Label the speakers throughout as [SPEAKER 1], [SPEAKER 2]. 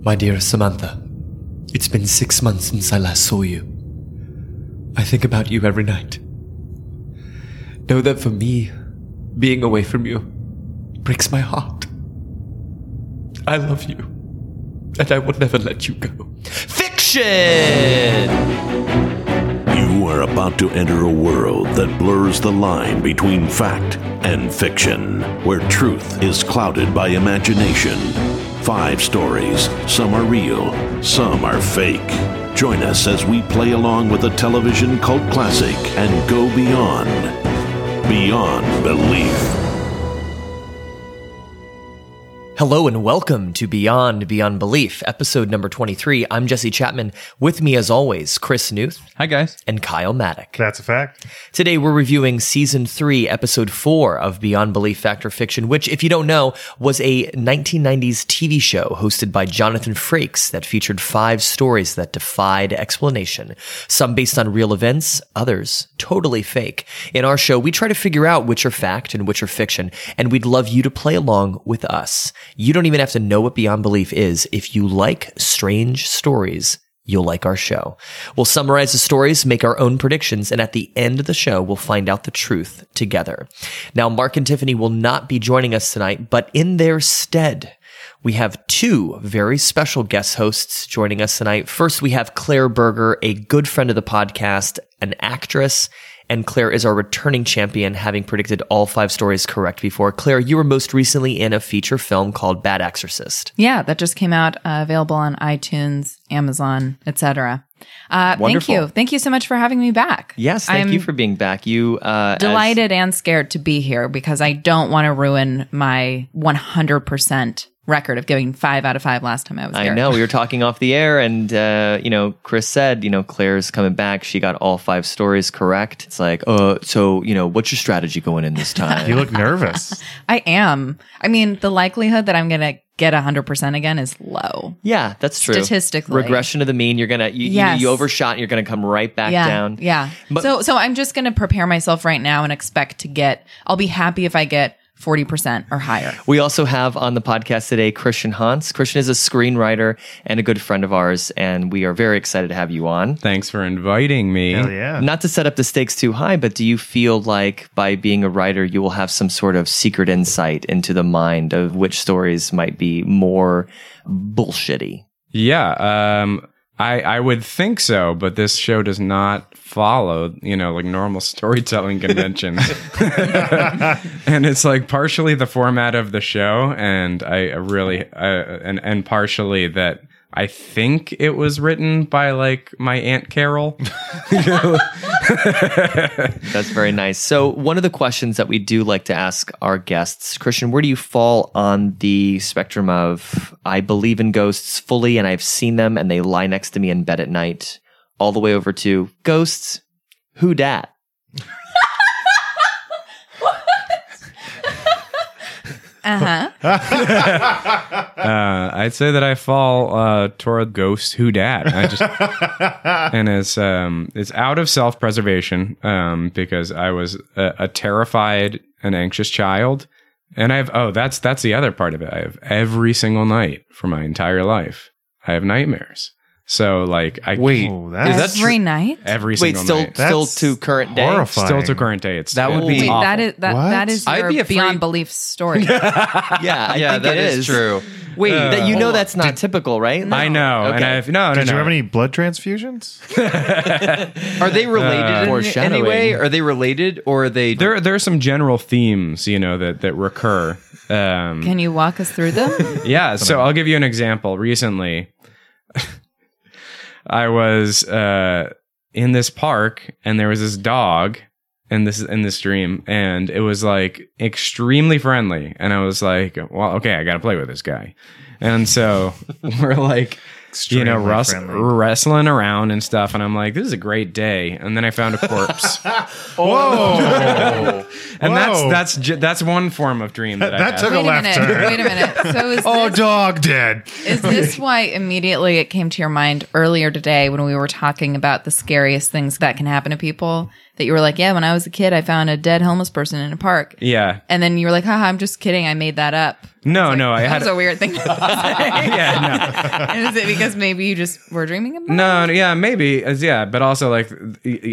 [SPEAKER 1] My dear Samantha, it's been six months since I last saw you. I think about you every night. Know that for me, being away from you breaks my heart. I love you, and I will never let you go. Fiction!
[SPEAKER 2] You are about to enter a world that blurs the line between fact and fiction, where truth is clouded by imagination. Five stories, some are real, some are fake. Join us as we play along with a television cult classic and go beyond, beyond belief.
[SPEAKER 3] Hello and welcome to Beyond Beyond Belief, episode number 23. I'm Jesse Chapman. With me, as always, Chris Newth
[SPEAKER 4] Hi guys.
[SPEAKER 3] and Kyle Maddock.
[SPEAKER 5] That's a fact.
[SPEAKER 3] Today, we're reviewing season three, episode four of Beyond Belief Factor Fiction, which, if you don't know, was a 1990s TV show hosted by Jonathan Frakes that featured five stories that defied explanation. Some based on real events, others totally fake. In our show, we try to figure out which are fact and which are fiction, and we'd love you to play along with us. You don't even have to know what Beyond Belief is. If you like strange stories, You'll like our show. We'll summarize the stories, make our own predictions, and at the end of the show, we'll find out the truth together. Now, Mark and Tiffany will not be joining us tonight, but in their stead, we have two very special guest hosts joining us tonight. First, we have Claire Berger, a good friend of the podcast, an actress, and Claire is our returning champion, having predicted all five stories correct before. Claire, you were most recently in a feature film called Bad Exorcist.
[SPEAKER 6] Yeah, that just came out uh, available on iTunes, Amazon, etc. Uh, thank
[SPEAKER 3] Wonderful.
[SPEAKER 6] you, thank you so much for having me back.
[SPEAKER 3] Yes, thank
[SPEAKER 6] I'm
[SPEAKER 3] you for being back. You uh, as-
[SPEAKER 6] delighted and scared to be here because I don't want to ruin my 100 percent record of giving five out of five last time I was
[SPEAKER 3] I
[SPEAKER 6] here.
[SPEAKER 3] know we were talking off the air, and uh, you know, Chris said, you know, Claire's coming back. She got all five stories correct. It's like, uh, so you know, what's your strategy going in this time?
[SPEAKER 5] You look nervous.
[SPEAKER 6] I am. I mean, the likelihood that I'm gonna get 100 percent again is low.
[SPEAKER 3] yeah, that's true.
[SPEAKER 6] Statistically.
[SPEAKER 3] regression to the mean. You're gonna, you, you-
[SPEAKER 6] Yes.
[SPEAKER 3] you, overshot. And you're gonna come right back
[SPEAKER 6] yeah,
[SPEAKER 3] down.
[SPEAKER 6] Yeah.
[SPEAKER 3] But-
[SPEAKER 6] so so I'm just gonna prepare myself right now and expect to get. I'll be happy if I get 40 percent or higher.
[SPEAKER 3] We also have on the podcast today Christian Hans. Christian is a screenwriter and a good friend of ours, and we are very excited to have you on.
[SPEAKER 4] Thanks for inviting me.
[SPEAKER 5] Hell yeah.
[SPEAKER 3] Not to set up the stakes too high, but do you feel like by being a writer, you will have some sort of secret insight into the mind of which stories might be more bullshitty?
[SPEAKER 4] Yeah, um I I would think so, but this show does not follow, you know, like normal storytelling conventions. and it's like partially the format of the show and I really uh, and and partially that I think it was written by like my aunt Carol.
[SPEAKER 3] That's very nice. So, one of the questions that we do like to ask our guests, Christian, where do you fall on the spectrum of I believe in ghosts fully and I've seen them and they lie next to me in bed at night, all the way over to ghosts, who dat?
[SPEAKER 6] Uh huh.
[SPEAKER 4] Uh, I'd say that I fall uh, toward ghosts who dad. I just and it's um it's out of self preservation um because I was a, a terrified and anxious child, and I've oh that's that's the other part of it. I have every single night for my entire life. I have nightmares. So like I
[SPEAKER 5] Wait,
[SPEAKER 4] can't-
[SPEAKER 5] that's-
[SPEAKER 4] that
[SPEAKER 6] Every night.
[SPEAKER 4] every
[SPEAKER 3] Wait,
[SPEAKER 4] single
[SPEAKER 3] still,
[SPEAKER 4] night.
[SPEAKER 3] still
[SPEAKER 5] That's
[SPEAKER 3] to current day.
[SPEAKER 5] horrifying.
[SPEAKER 4] Still to current day. It's
[SPEAKER 3] That would be
[SPEAKER 4] it's
[SPEAKER 6] Wait,
[SPEAKER 3] awful.
[SPEAKER 6] that is that
[SPEAKER 5] What?
[SPEAKER 6] that is
[SPEAKER 4] I'd
[SPEAKER 6] your
[SPEAKER 4] be afraid-
[SPEAKER 6] beyond belief story.
[SPEAKER 3] Yeah, I think it
[SPEAKER 7] that is true.
[SPEAKER 3] Wait, that, you know
[SPEAKER 5] hold
[SPEAKER 3] that's not typical, right?
[SPEAKER 4] I know, and I've no, no,
[SPEAKER 5] Did
[SPEAKER 4] no.
[SPEAKER 5] you have any blood transfusions?
[SPEAKER 7] Are they related in any
[SPEAKER 3] Foreshadowing.
[SPEAKER 7] way? Are they related or are they?
[SPEAKER 4] there, there are some general themes, you know, that that recur. Um,
[SPEAKER 6] Can you walk us through them?
[SPEAKER 4] yeah so i'll give you an example recently i was uh in this park and there was this dog in this in this dream and it was like extremely friendly and i was like well okay i gotta play with this guy and so we're like you know
[SPEAKER 5] Extremely
[SPEAKER 4] rus-
[SPEAKER 5] friendly.
[SPEAKER 4] wrestling around and stuff and i'm like this is a great day and then i found a corpse
[SPEAKER 5] Oh, Whoa.
[SPEAKER 4] and that's
[SPEAKER 5] Whoa.
[SPEAKER 4] that's ju- that's one form of dream that, i
[SPEAKER 5] That
[SPEAKER 4] had.
[SPEAKER 5] took
[SPEAKER 6] Wait a
[SPEAKER 5] left
[SPEAKER 6] minute.
[SPEAKER 5] turn.
[SPEAKER 6] Wait a minute. So is
[SPEAKER 5] oh,
[SPEAKER 6] this,
[SPEAKER 5] dog dead.
[SPEAKER 6] is this why immediately it came to your mind earlier today when we were talking about the scariest things that can happen to people? That you were like, yeah, when I was a kid, I found a dead homeless person in a park,
[SPEAKER 4] yeah
[SPEAKER 6] and then you were like, haha, I'm just kidding, I made that up.
[SPEAKER 4] No, no, I
[SPEAKER 6] That
[SPEAKER 4] had
[SPEAKER 6] was a weird thing to say.
[SPEAKER 4] yeah,
[SPEAKER 6] And Is it because maybe you just were dreaming about
[SPEAKER 4] no, no, no, yeah, maybe, as- yeah, but also like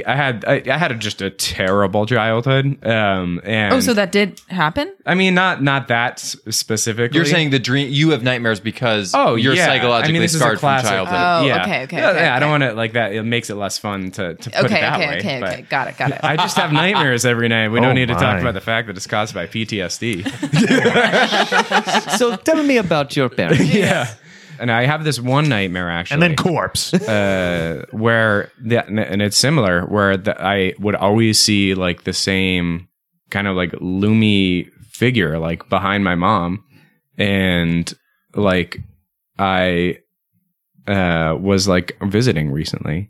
[SPEAKER 4] I had I, I had just a terrible childhood, um, and
[SPEAKER 6] it? Oh, so that did happen?
[SPEAKER 4] I mean not not that s- specifically.
[SPEAKER 7] You're saying the dream you have nightmares because
[SPEAKER 4] Oh,
[SPEAKER 7] you're
[SPEAKER 4] yeah. I
[SPEAKER 7] psychologically
[SPEAKER 4] mean, this is a
[SPEAKER 7] scarred from
[SPEAKER 4] classic-
[SPEAKER 7] childhood.
[SPEAKER 6] Oh,
[SPEAKER 4] yeah,
[SPEAKER 6] okay, okay,
[SPEAKER 4] yeah,
[SPEAKER 6] okay,
[SPEAKER 4] yeah, I don't
[SPEAKER 6] okay.
[SPEAKER 4] want to like that. It makes it less fun to to put
[SPEAKER 6] okay,
[SPEAKER 4] it that
[SPEAKER 6] okay,
[SPEAKER 4] way.
[SPEAKER 6] okay,
[SPEAKER 4] but-
[SPEAKER 6] okay. Got it, got it.
[SPEAKER 4] I just have nightmares every night. We
[SPEAKER 5] Oh
[SPEAKER 4] don't need to
[SPEAKER 5] my.
[SPEAKER 4] talk about the fact that it's caused by PTSD.
[SPEAKER 3] So tell me about your parents.
[SPEAKER 4] yeah. And I have this one nightmare actually.
[SPEAKER 5] And then corpse.
[SPEAKER 4] uh, where the, and it's similar where the, I would always see like the same kind of like loomy figure like behind my mom and like I uh was like visiting recently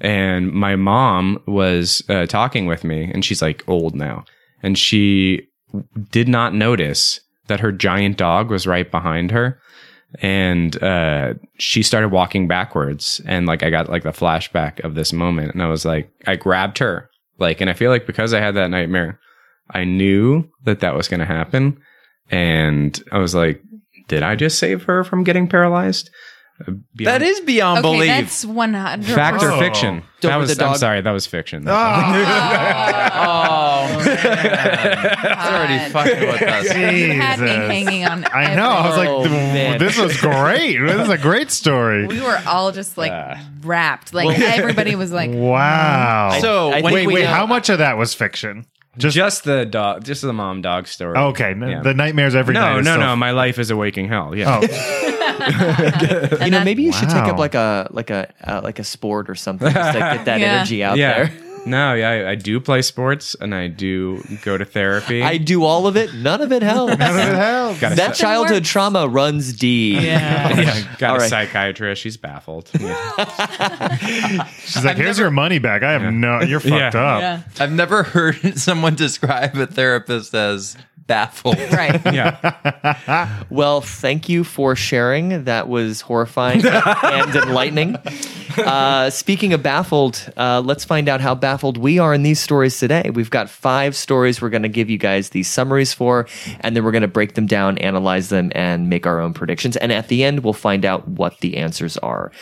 [SPEAKER 4] and my mom was uh, talking with me and she's like old now and she did not notice that her giant dog was right behind her and uh, she started walking backwards and like i got like the flashback of this moment and i was like i grabbed her like and i feel like because i had that nightmare i knew that that was going to happen and i was like did i just save her from getting paralyzed Uh, beyond-
[SPEAKER 7] That is beyond
[SPEAKER 6] Oh. okay,
[SPEAKER 7] belief.
[SPEAKER 6] that's 100
[SPEAKER 4] fact or
[SPEAKER 5] Oh.
[SPEAKER 4] fiction
[SPEAKER 3] Don't
[SPEAKER 4] that
[SPEAKER 3] put the
[SPEAKER 4] was i'm
[SPEAKER 3] dog-
[SPEAKER 4] sorry that was fiction
[SPEAKER 5] Ah.
[SPEAKER 7] oh, that's already fucking with us.
[SPEAKER 6] You had me
[SPEAKER 5] Jesus.
[SPEAKER 6] hanging on.
[SPEAKER 5] I know. I was
[SPEAKER 3] Oh,
[SPEAKER 5] like,
[SPEAKER 3] man.
[SPEAKER 5] this is great. This is a great story.
[SPEAKER 6] we were all just like wrapped. Like everybody was like,
[SPEAKER 5] Wow.
[SPEAKER 7] So
[SPEAKER 3] I
[SPEAKER 7] when
[SPEAKER 5] wait,
[SPEAKER 3] we
[SPEAKER 5] wait.
[SPEAKER 3] know-
[SPEAKER 5] How much of that was fiction? Just,
[SPEAKER 4] just the dog just the mom dog story
[SPEAKER 5] okay. n-
[SPEAKER 4] Yeah.
[SPEAKER 5] The nightmares every night.
[SPEAKER 4] no
[SPEAKER 5] is
[SPEAKER 4] no
[SPEAKER 5] so-
[SPEAKER 4] no my life is a waking hell yeah
[SPEAKER 5] Oh,
[SPEAKER 3] you know, maybe you should take
[SPEAKER 5] Wow.
[SPEAKER 3] up like a like a uh, like a sport or something just to get that
[SPEAKER 6] Yeah.
[SPEAKER 3] energy Oh, out
[SPEAKER 4] yeah
[SPEAKER 3] there.
[SPEAKER 4] no yeah I, I do play sports and i do go to therapy
[SPEAKER 3] I do all of it. None of it helps.
[SPEAKER 5] hell.
[SPEAKER 4] got a,
[SPEAKER 3] that
[SPEAKER 4] psy-
[SPEAKER 3] childhood
[SPEAKER 6] works.
[SPEAKER 3] trauma runs deep.
[SPEAKER 4] got
[SPEAKER 3] All
[SPEAKER 4] a
[SPEAKER 3] right.
[SPEAKER 4] psychiatrist she's baffled yeah.
[SPEAKER 5] She's like, here's your money back. I have no. You're fucked
[SPEAKER 4] Yeah.
[SPEAKER 5] up.
[SPEAKER 6] yeah,
[SPEAKER 7] I've never heard someone describe a therapist as baffled.
[SPEAKER 6] right.
[SPEAKER 4] yeah
[SPEAKER 3] Well, thank you for sharing. That was horrifying and enlightening. Uh, speaking of baffled, uh, let's find out how baffled we are in these stories today. We've got five stories we're going to give you guys these summaries for, and then we're going to break them down, analyze them, and make our own predictions. And at the end, we'll find out what the answers are.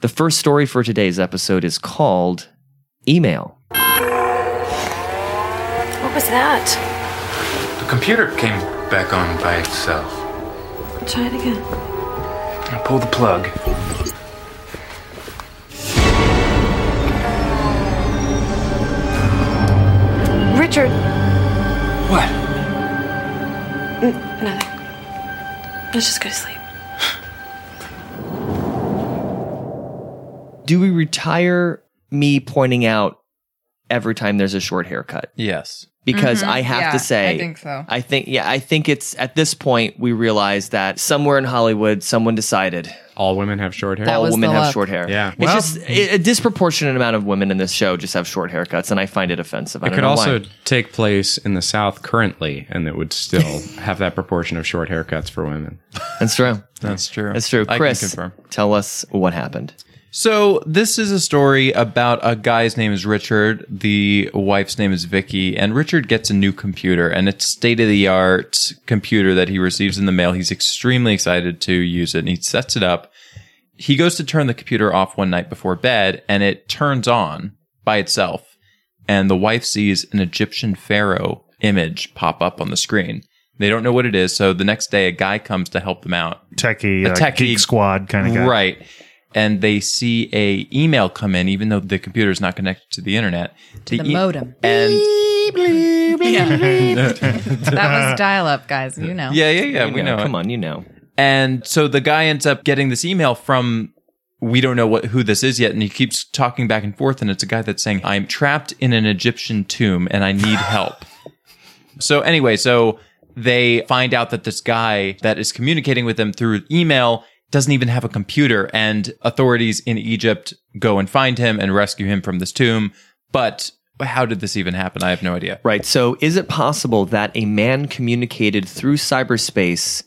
[SPEAKER 3] The first story for today's episode is called Email.
[SPEAKER 8] What was that?
[SPEAKER 9] The computer came back on by itself.
[SPEAKER 8] Try it again.
[SPEAKER 9] I pull the plug.
[SPEAKER 8] Richard,
[SPEAKER 9] What?
[SPEAKER 8] nothing. Let's just go to sleep.
[SPEAKER 3] Do we retire me pointing out every time there's a short haircut?
[SPEAKER 7] Yes.
[SPEAKER 3] because I have
[SPEAKER 6] Mm-hmm. Yeah,
[SPEAKER 3] to say,
[SPEAKER 6] I think so.
[SPEAKER 3] I think, yeah, I think it's at this point we realize that somewhere in Hollywood, someone decided
[SPEAKER 4] all women have short hair
[SPEAKER 6] That
[SPEAKER 3] all
[SPEAKER 6] was
[SPEAKER 3] women
[SPEAKER 6] the
[SPEAKER 3] have
[SPEAKER 6] look.
[SPEAKER 3] short hair.
[SPEAKER 4] Yeah.
[SPEAKER 3] it's just a, a disproportionate amount of women in this show just have short haircuts, and I find it offensive. I
[SPEAKER 4] it
[SPEAKER 3] don't
[SPEAKER 4] could
[SPEAKER 3] know
[SPEAKER 4] also
[SPEAKER 3] why.
[SPEAKER 4] take place in the south currently and it would still have that proportion of short haircuts for women
[SPEAKER 3] That's true.
[SPEAKER 7] That's true.
[SPEAKER 3] That's true.
[SPEAKER 7] I
[SPEAKER 3] Chris,
[SPEAKER 7] can confirm.
[SPEAKER 3] tell us what happened.
[SPEAKER 7] So this is a story about a guy's name is Richard, the wife's name is Vicky, and Richard gets a new computer, and it's state of the art computer that he receives in the mail. He's extremely excited to use it, and he sets it up. He goes to turn the computer off one night before bed, and it turns on by itself, and the wife sees an Egyptian pharaoh image pop up on the screen. They don't know what it is, so the next day a guy comes to help them out.
[SPEAKER 5] Techie,
[SPEAKER 7] A
[SPEAKER 5] uh,
[SPEAKER 7] techie-
[SPEAKER 5] geek squad kind of guy.
[SPEAKER 7] Right. And they see a email come in, even though the computer is not connected to the internet. To
[SPEAKER 6] the modem.
[SPEAKER 7] And
[SPEAKER 6] That was dial up, guys. You know.
[SPEAKER 7] yeah, yeah, yeah. we know. it.
[SPEAKER 3] Come on, you know.
[SPEAKER 7] And so the guy ends up getting this email from we don't know what who this is yet, and he keeps talking back and forth, and it's a guy that's saying, I'm trapped in an Egyptian tomb and I need help. so anyway, so they find out that this guy that is communicating with them through email doesn't even have a computer, and authorities in Egypt go and find him and rescue him from this tomb. But how did this even happen? I have no idea.
[SPEAKER 3] Right. So, is it possible that a man communicated through cyberspace,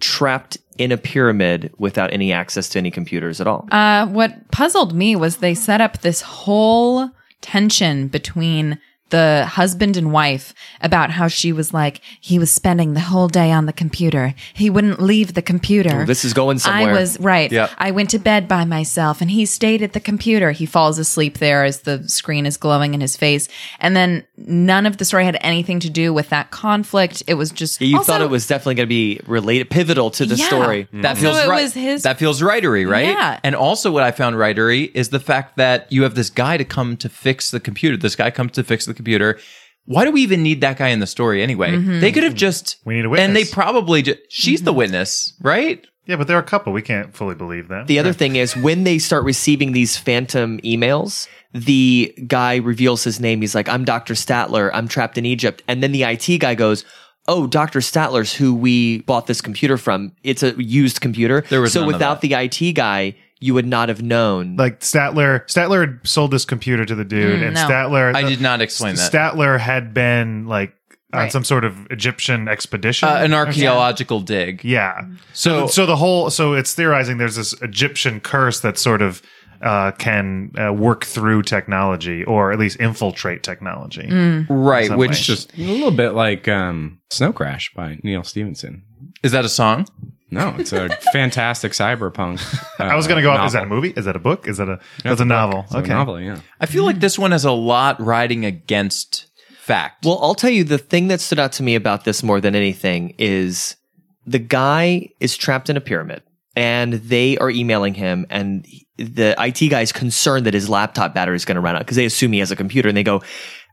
[SPEAKER 3] trapped in a pyramid without any access to any computers at all?
[SPEAKER 6] Uh, what puzzled me was they set up this whole tension between the husband and wife about how she was like he was spending the whole day on the computer. He wouldn't leave the computer.
[SPEAKER 3] Oh, this is going somewhere.
[SPEAKER 6] I was right.
[SPEAKER 7] Yep.
[SPEAKER 6] I went to bed by myself and he stayed at the computer. He falls asleep there as the screen is glowing in his face. And then none of the story had anything to do with that conflict. It was just
[SPEAKER 3] You
[SPEAKER 6] Also-
[SPEAKER 3] thought it was definitely going to be related, pivotal to the
[SPEAKER 6] Yeah. Mm.
[SPEAKER 3] story.
[SPEAKER 7] Mm-hmm. That
[SPEAKER 6] So
[SPEAKER 7] feels
[SPEAKER 6] it
[SPEAKER 7] right.
[SPEAKER 6] was his-
[SPEAKER 7] That feels writery, right?
[SPEAKER 6] Yeah.
[SPEAKER 7] And also, what I found writery is the fact that you have this guy to come to fix the computer. This guy comes to fix the computer. Why do we even need that guy in the story anyway? They could have just.
[SPEAKER 5] We need a
[SPEAKER 7] And they
[SPEAKER 5] witness.
[SPEAKER 7] probably just. She's the witness, right?
[SPEAKER 5] Yeah, but they're a couple. We can't fully believe that.
[SPEAKER 3] The other thing is when they start receiving these phantom emails, the guy reveals his name. He's like, I'm Dr. Statler. I'm trapped in Egypt. And then the IT guy goes, Oh, Dr. Statler's who we bought this computer from. It's a used computer.
[SPEAKER 7] There was
[SPEAKER 3] so
[SPEAKER 7] none of
[SPEAKER 3] without the IT guy, you would not have known.
[SPEAKER 5] like Statler, Statler had sold this computer to the dude, and
[SPEAKER 6] Mm, no.
[SPEAKER 5] Statler.
[SPEAKER 7] I did not explain that.
[SPEAKER 5] Statler had been like on
[SPEAKER 6] Right.
[SPEAKER 5] some sort of Egyptian expedition,
[SPEAKER 7] Uh, an archaeological dig.
[SPEAKER 5] Yeah.
[SPEAKER 7] So-
[SPEAKER 5] So, so the whole, so it's theorizing there's this Egyptian curse that sort of uh, can uh, work through technology or at least infiltrate technology.
[SPEAKER 6] Mm.
[SPEAKER 7] Right.
[SPEAKER 5] some
[SPEAKER 7] Which
[SPEAKER 5] way.
[SPEAKER 7] is
[SPEAKER 4] Just a little bit like um, Snow Crash by Neil Stevenson.
[SPEAKER 7] Is that a song?
[SPEAKER 4] No, it's a fantastic cyberpunk. uh,
[SPEAKER 5] I was going to go up. Is that a movie? Is that a book? Is that a that's a novel?
[SPEAKER 4] okay.
[SPEAKER 5] okay.
[SPEAKER 4] novel, yeah.
[SPEAKER 7] I feel like this one has a lot riding against fact.
[SPEAKER 3] Well, I'll tell you the thing that stood out to me about this more than anything is the guy is trapped in a pyramid and they are emailing him and the IT guy is concerned that his laptop battery is going to run out because they assume he has a computer and they go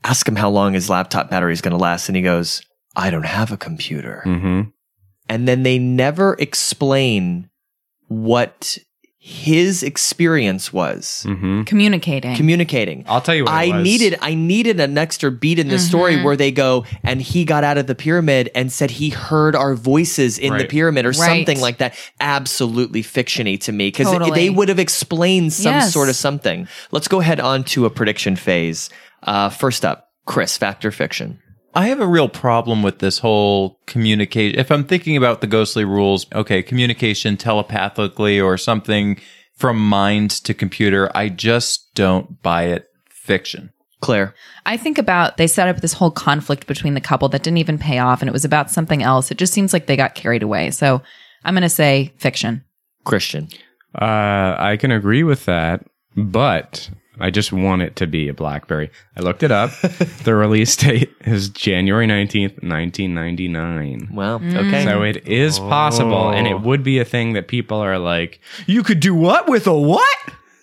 [SPEAKER 3] ask him how long his laptop battery is going to last and he goes I don't have a computer.
[SPEAKER 4] Mm-hmm.
[SPEAKER 3] And then they never explain what his experience was
[SPEAKER 4] Mm-hmm.
[SPEAKER 6] communicating.
[SPEAKER 3] communicating.
[SPEAKER 4] I'll tell you what it
[SPEAKER 3] I
[SPEAKER 4] was.
[SPEAKER 3] needed I needed an extra beat in the
[SPEAKER 6] Mm-hmm.
[SPEAKER 3] story where they go and he got out of the pyramid and said he heard our voices in the
[SPEAKER 4] Right.
[SPEAKER 3] pyramid or
[SPEAKER 6] Right.
[SPEAKER 3] something like that. Absolutely fictiony to me because
[SPEAKER 6] Totally.
[SPEAKER 3] they would have explained some
[SPEAKER 6] Yes.
[SPEAKER 3] sort of something. Let's go ahead on to a prediction phase. Uh, first up, Chris, factor fiction.
[SPEAKER 7] I have a real problem with this whole communication. If I'm thinking about the ghostly rules, okay, communication telepathically or something from mind to computer, I just don't buy it fiction.
[SPEAKER 3] Claire,
[SPEAKER 6] I think about they set up this whole conflict between the couple that didn't even pay off and it was about something else. It just seems like they got carried away. So I'm going to say fiction.
[SPEAKER 3] Christian.
[SPEAKER 4] Uh, I can agree with that, but I just want it to be a BlackBerry. I looked it up. the release date is January 19th, 1999.
[SPEAKER 3] Well,
[SPEAKER 6] Mm.
[SPEAKER 3] okay.
[SPEAKER 4] So it is possible, and
[SPEAKER 5] Oh.
[SPEAKER 4] it would be a thing that people are like, you could do what with a what?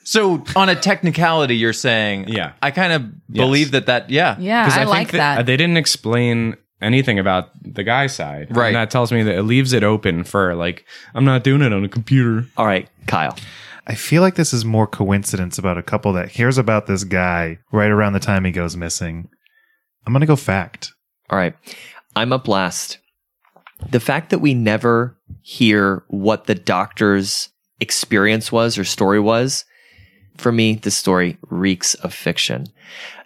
[SPEAKER 7] So, on a technicality, you're saying,
[SPEAKER 4] Yeah.
[SPEAKER 7] I kind of believe that that, yeah.
[SPEAKER 6] Yeah,
[SPEAKER 4] 'Cause
[SPEAKER 6] I,
[SPEAKER 4] think
[SPEAKER 6] like that.
[SPEAKER 4] uh, They didn't explain anything about the guy side.
[SPEAKER 7] Right.
[SPEAKER 4] And that tells me that it leaves it open for, like, I'm not doing it on a computer.
[SPEAKER 3] All right, Kyle.
[SPEAKER 5] I feel like this is more coincidence about a couple that hears about this guy right around the time he goes missing. I'm going to go fact.
[SPEAKER 3] All right. I'm up last. The fact that we never hear what the doctor's experience was or story was, for me, this story reeks of fiction.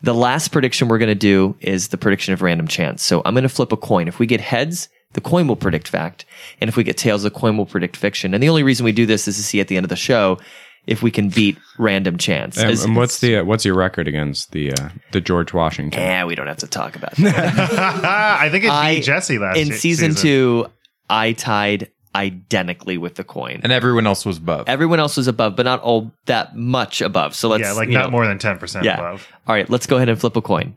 [SPEAKER 3] The last prediction we're going to do is the prediction of random chance. So I'm going to flip a coin. If we get heads, the coin will predict fact. And if we get tails, the coin will predict fiction. And the only reason we do this is to see at the end of the show if we can beat random chance.
[SPEAKER 4] And,
[SPEAKER 3] As-
[SPEAKER 4] and what's the uh, what's your record against the uh, the George Washington?
[SPEAKER 3] Eh, we don't have to talk about that.
[SPEAKER 5] I think it
[SPEAKER 3] I-
[SPEAKER 5] beat Jesse last
[SPEAKER 3] in
[SPEAKER 5] se-
[SPEAKER 3] season, two, I tied identically with the coin.
[SPEAKER 7] And everyone else was above.
[SPEAKER 3] Everyone else was above, but not all that much above. So let's
[SPEAKER 5] Yeah, like
[SPEAKER 3] you
[SPEAKER 5] not
[SPEAKER 3] know.
[SPEAKER 5] more than 10%
[SPEAKER 3] Yeah.
[SPEAKER 5] above.
[SPEAKER 3] All right, let's go ahead and flip a coin.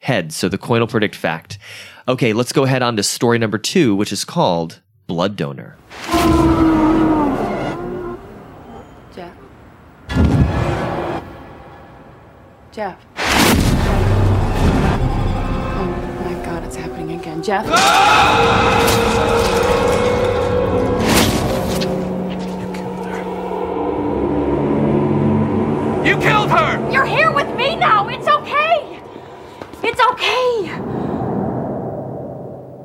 [SPEAKER 3] Head. So the coin will predict fact. Okay, let's go ahead on to story number two, which is called Blood Donor.
[SPEAKER 8] Jeff. Jeff. Oh my god, it's happening again. Jeff.
[SPEAKER 10] You're here with me now. It's okay. It's okay.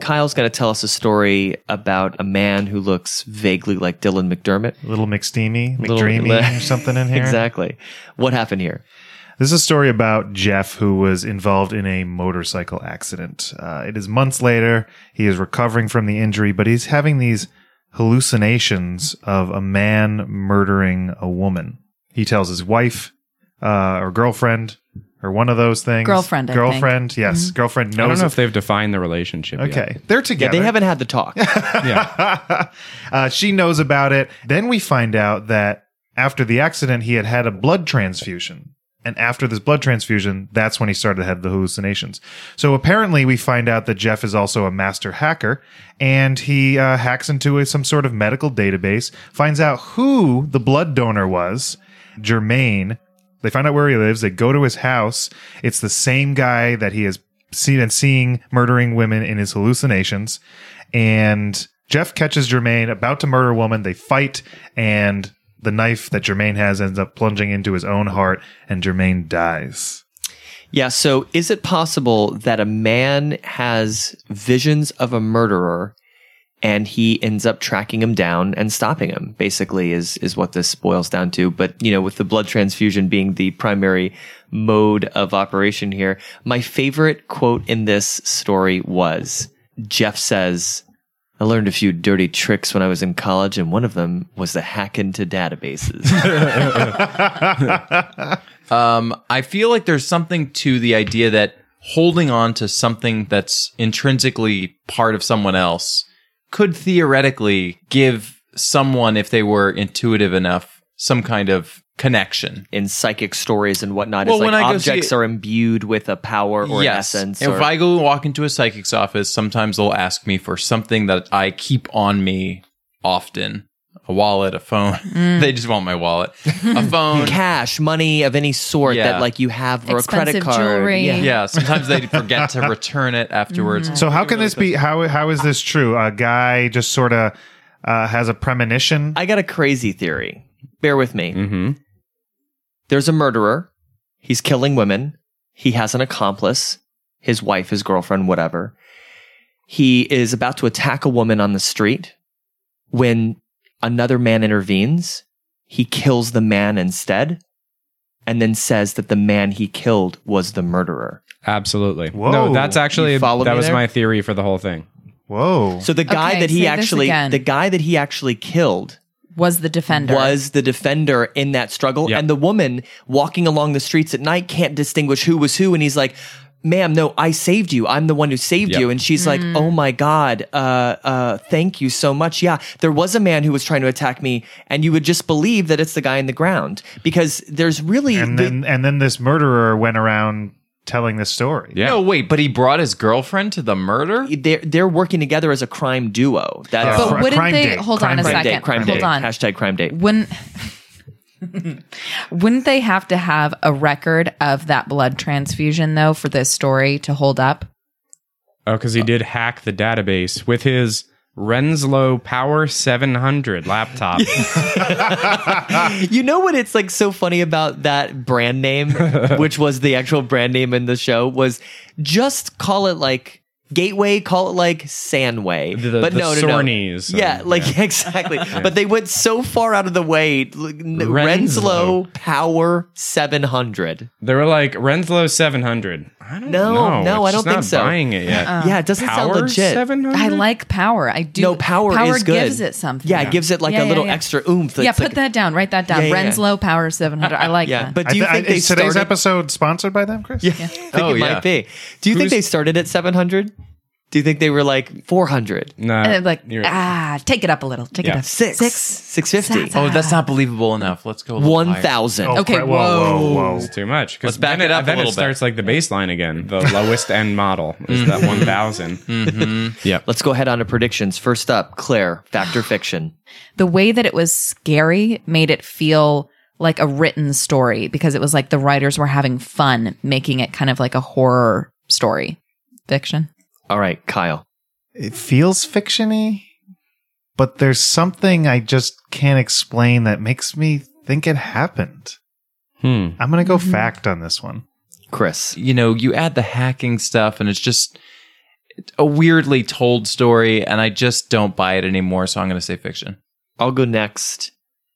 [SPEAKER 3] Kyle's going to tell us a story about a man who looks vaguely like Dylan McDermott.
[SPEAKER 5] A little McSteamy,
[SPEAKER 3] Little-
[SPEAKER 5] McDreamy, or something in here.
[SPEAKER 3] exactly. What happened here?
[SPEAKER 5] This is a story about Jeff, who was involved in a motorcycle accident. Uh, it is months later. He is recovering from the injury, but he's having these hallucinations of a man murdering a woman. He tells his wife, uh, or girlfriend or one of those things.
[SPEAKER 6] Girlfriend, I think. Mm-hmm.
[SPEAKER 5] girlfriend. Yes, girlfriend
[SPEAKER 4] I
[SPEAKER 5] knows.
[SPEAKER 4] don't know
[SPEAKER 5] it-
[SPEAKER 4] if they've defined the relationship. yet.
[SPEAKER 5] okay, they're
[SPEAKER 3] Yeah,
[SPEAKER 5] together.
[SPEAKER 3] they haven't had the talk.
[SPEAKER 5] uh, she knows about it. Then we find out that after the accident, he had had a blood transfusion. And after this blood transfusion, that's when he started to have the hallucinations. So apparently, we find out that Jeff is also a master hacker, and he uh, hacks into a, some sort of medical database, finds out who the blood donor was, Germaine. They find out where he lives. They go to his house. It's the same guy that he has seen and seeing murdering women in his hallucinations. And Jeff catches Germaine about to murder a woman. They fight, and the knife that Germaine has ends up plunging into his own heart, and Germaine dies.
[SPEAKER 3] Yeah, so is it possible that a man has visions of a murderer and he ends up tracking him down and stopping him? Basically is is what this boils down to, but you know, with the blood transfusion being the primary mode of operation here, my favorite quote in this story was Jeff says I learned a few dirty tricks when I was in college, and one of them was to hack into databases.
[SPEAKER 7] Um, I feel like there's something to the idea that holding on to something that's intrinsically part of someone else could theoretically give someone, if they were intuitive enough, some kind of connection.
[SPEAKER 3] in psychic stories and whatnot.
[SPEAKER 7] Well,
[SPEAKER 3] it's
[SPEAKER 7] when
[SPEAKER 3] like
[SPEAKER 7] I go see
[SPEAKER 3] objects
[SPEAKER 7] it-
[SPEAKER 3] are imbued with a power or
[SPEAKER 7] yes.
[SPEAKER 3] an essence.
[SPEAKER 7] if
[SPEAKER 3] or-
[SPEAKER 7] I go and walk into a psychic's office, sometimes they'll ask me for something that I keep on me often. A wallet, a phone. they just want my wallet. A phone.
[SPEAKER 3] cash, money of any sort
[SPEAKER 7] Yeah.
[SPEAKER 3] that like you have or a credit
[SPEAKER 6] Expensive
[SPEAKER 3] card.
[SPEAKER 6] jewelry.
[SPEAKER 3] Yeah.
[SPEAKER 7] Yeah, sometimes they forget to return it afterwards.
[SPEAKER 5] So how can this be? How how is this true? A guy just sort of uh, has a premonition.
[SPEAKER 3] I got a crazy theory. Bear with me.
[SPEAKER 4] Mm-hmm.
[SPEAKER 3] There's a murderer. He's killing women. He has an accomplice, his wife, his girlfriend, whatever. He is about to attack a woman on the street when another man intervenes. He kills the man instead and then says that the man he killed was the murderer.
[SPEAKER 4] Absolutely.
[SPEAKER 5] Whoa.
[SPEAKER 4] No, that's actually
[SPEAKER 3] You follow
[SPEAKER 4] that
[SPEAKER 3] me
[SPEAKER 4] was
[SPEAKER 3] there?
[SPEAKER 4] my theory for the whole thing.
[SPEAKER 5] Whoa!
[SPEAKER 3] So the guy
[SPEAKER 6] Okay,
[SPEAKER 3] that he
[SPEAKER 6] say this
[SPEAKER 3] actually
[SPEAKER 6] again.
[SPEAKER 3] the guy that he actually killed
[SPEAKER 6] Was the defender.
[SPEAKER 3] was the defender in that struggle.
[SPEAKER 4] Yeah.
[SPEAKER 3] And the woman walking along the streets at night can't distinguish who was who. And he's like, ma'am, no, I saved you. I'm the one who saved
[SPEAKER 4] Yep.
[SPEAKER 3] you. And she's like,
[SPEAKER 6] Hmm.
[SPEAKER 3] oh my God, uh, uh, thank you so much. Yeah, there was a man who was trying to attack me. And you would just believe that it's the guy in the ground because there's really.
[SPEAKER 5] and
[SPEAKER 3] the-
[SPEAKER 5] then and then this murderer went around telling this story.
[SPEAKER 4] Yeah.
[SPEAKER 7] No, Oh, wait, but he brought his girlfriend to the murder?
[SPEAKER 3] they're, they're working together as a crime duo. That's
[SPEAKER 5] Cri-
[SPEAKER 6] But wouldn't
[SPEAKER 5] crime
[SPEAKER 6] they
[SPEAKER 5] date,
[SPEAKER 6] hold
[SPEAKER 5] crime
[SPEAKER 6] on a
[SPEAKER 5] date,
[SPEAKER 6] second?
[SPEAKER 3] date, crime
[SPEAKER 6] hold
[SPEAKER 3] date.
[SPEAKER 6] on.
[SPEAKER 3] Hashtag crime date.
[SPEAKER 6] Wouldn't wouldn't they have to have a record of that blood transfusion though for this story to hold up?
[SPEAKER 4] Oh, because he did hack the database with his Renslow Power 700 laptop.
[SPEAKER 3] You know what it's like so funny about that brand name, which was the actual brand name in the show, was just call it like Gateway, call it like Sanway.
[SPEAKER 4] The-
[SPEAKER 3] but
[SPEAKER 4] the
[SPEAKER 3] no, no,
[SPEAKER 4] Sorneys.
[SPEAKER 3] no. Yeah, like exactly. But they went so far out of the way. like, n- Renslow Power 700.
[SPEAKER 4] they were like Renslow 700. I don't
[SPEAKER 3] No,
[SPEAKER 4] know.
[SPEAKER 3] no,
[SPEAKER 4] It's
[SPEAKER 3] I
[SPEAKER 4] just
[SPEAKER 3] don't think
[SPEAKER 4] not
[SPEAKER 3] so.
[SPEAKER 4] Buying it yet.
[SPEAKER 6] Ah.
[SPEAKER 3] yeah, Uh-uh. it doesn't sound
[SPEAKER 4] Power
[SPEAKER 3] legit.
[SPEAKER 4] 700.
[SPEAKER 6] I like power. I do.
[SPEAKER 3] No, power,
[SPEAKER 6] power
[SPEAKER 3] is good.
[SPEAKER 6] gives it something.
[SPEAKER 3] Yeah, it gives it like
[SPEAKER 6] Yeah,
[SPEAKER 3] a
[SPEAKER 6] yeah,
[SPEAKER 3] little
[SPEAKER 6] yeah.
[SPEAKER 3] extra oomph.
[SPEAKER 6] yeah,
[SPEAKER 3] It's
[SPEAKER 6] put
[SPEAKER 3] like-
[SPEAKER 6] that down. Write that down.
[SPEAKER 3] Yeah, yeah, yeah.
[SPEAKER 6] Renslow power seven hundred. I like
[SPEAKER 3] Yeah,
[SPEAKER 6] that.
[SPEAKER 3] but do you
[SPEAKER 5] I thi-
[SPEAKER 3] think
[SPEAKER 5] I-
[SPEAKER 3] they
[SPEAKER 5] is today's
[SPEAKER 3] started?
[SPEAKER 5] episode sponsored by them, Chris?
[SPEAKER 3] Yeah, I think
[SPEAKER 7] Oh,
[SPEAKER 3] it
[SPEAKER 7] yeah.
[SPEAKER 3] might be. Do you think they started at 700? Do you think they were like 400?
[SPEAKER 4] No.
[SPEAKER 6] And I'm like
[SPEAKER 4] You're-
[SPEAKER 6] ah, take it up a little. Take it
[SPEAKER 4] Yeah.
[SPEAKER 6] up
[SPEAKER 3] Six.
[SPEAKER 6] Six. Ah.
[SPEAKER 3] 650.
[SPEAKER 7] Oh, that's not believable enough. Let's go. a little higher.
[SPEAKER 3] 1,000.
[SPEAKER 5] Oh,
[SPEAKER 6] Okay,
[SPEAKER 5] cra- Whoa, whoa, whoa!
[SPEAKER 4] It's too much. 'cause
[SPEAKER 7] Let's back
[SPEAKER 4] then
[SPEAKER 7] it up a
[SPEAKER 4] Then
[SPEAKER 7] little
[SPEAKER 4] it starts like the baseline again. The lowest end model is
[SPEAKER 7] Mm-hmm.
[SPEAKER 4] that 1,000.
[SPEAKER 3] Let's go ahead on to predictions. First up, Claire, fact or fiction?
[SPEAKER 6] the way that it was scary made it feel like a written story because it was like the writers were having fun making it kind of like a horror story fiction.
[SPEAKER 3] All right, Kyle.
[SPEAKER 5] It feels fictiony, but there's something I just can't explain that makes me think it happened.
[SPEAKER 4] Hmm.
[SPEAKER 5] I'm gonna
[SPEAKER 3] Mm-hmm.
[SPEAKER 5] go fact on this one.
[SPEAKER 3] Chris.
[SPEAKER 7] You know, you add the hacking stuff, and it's just a weirdly told story, and I just don't buy it anymore. So I'm going to say fiction.
[SPEAKER 3] I'll go next.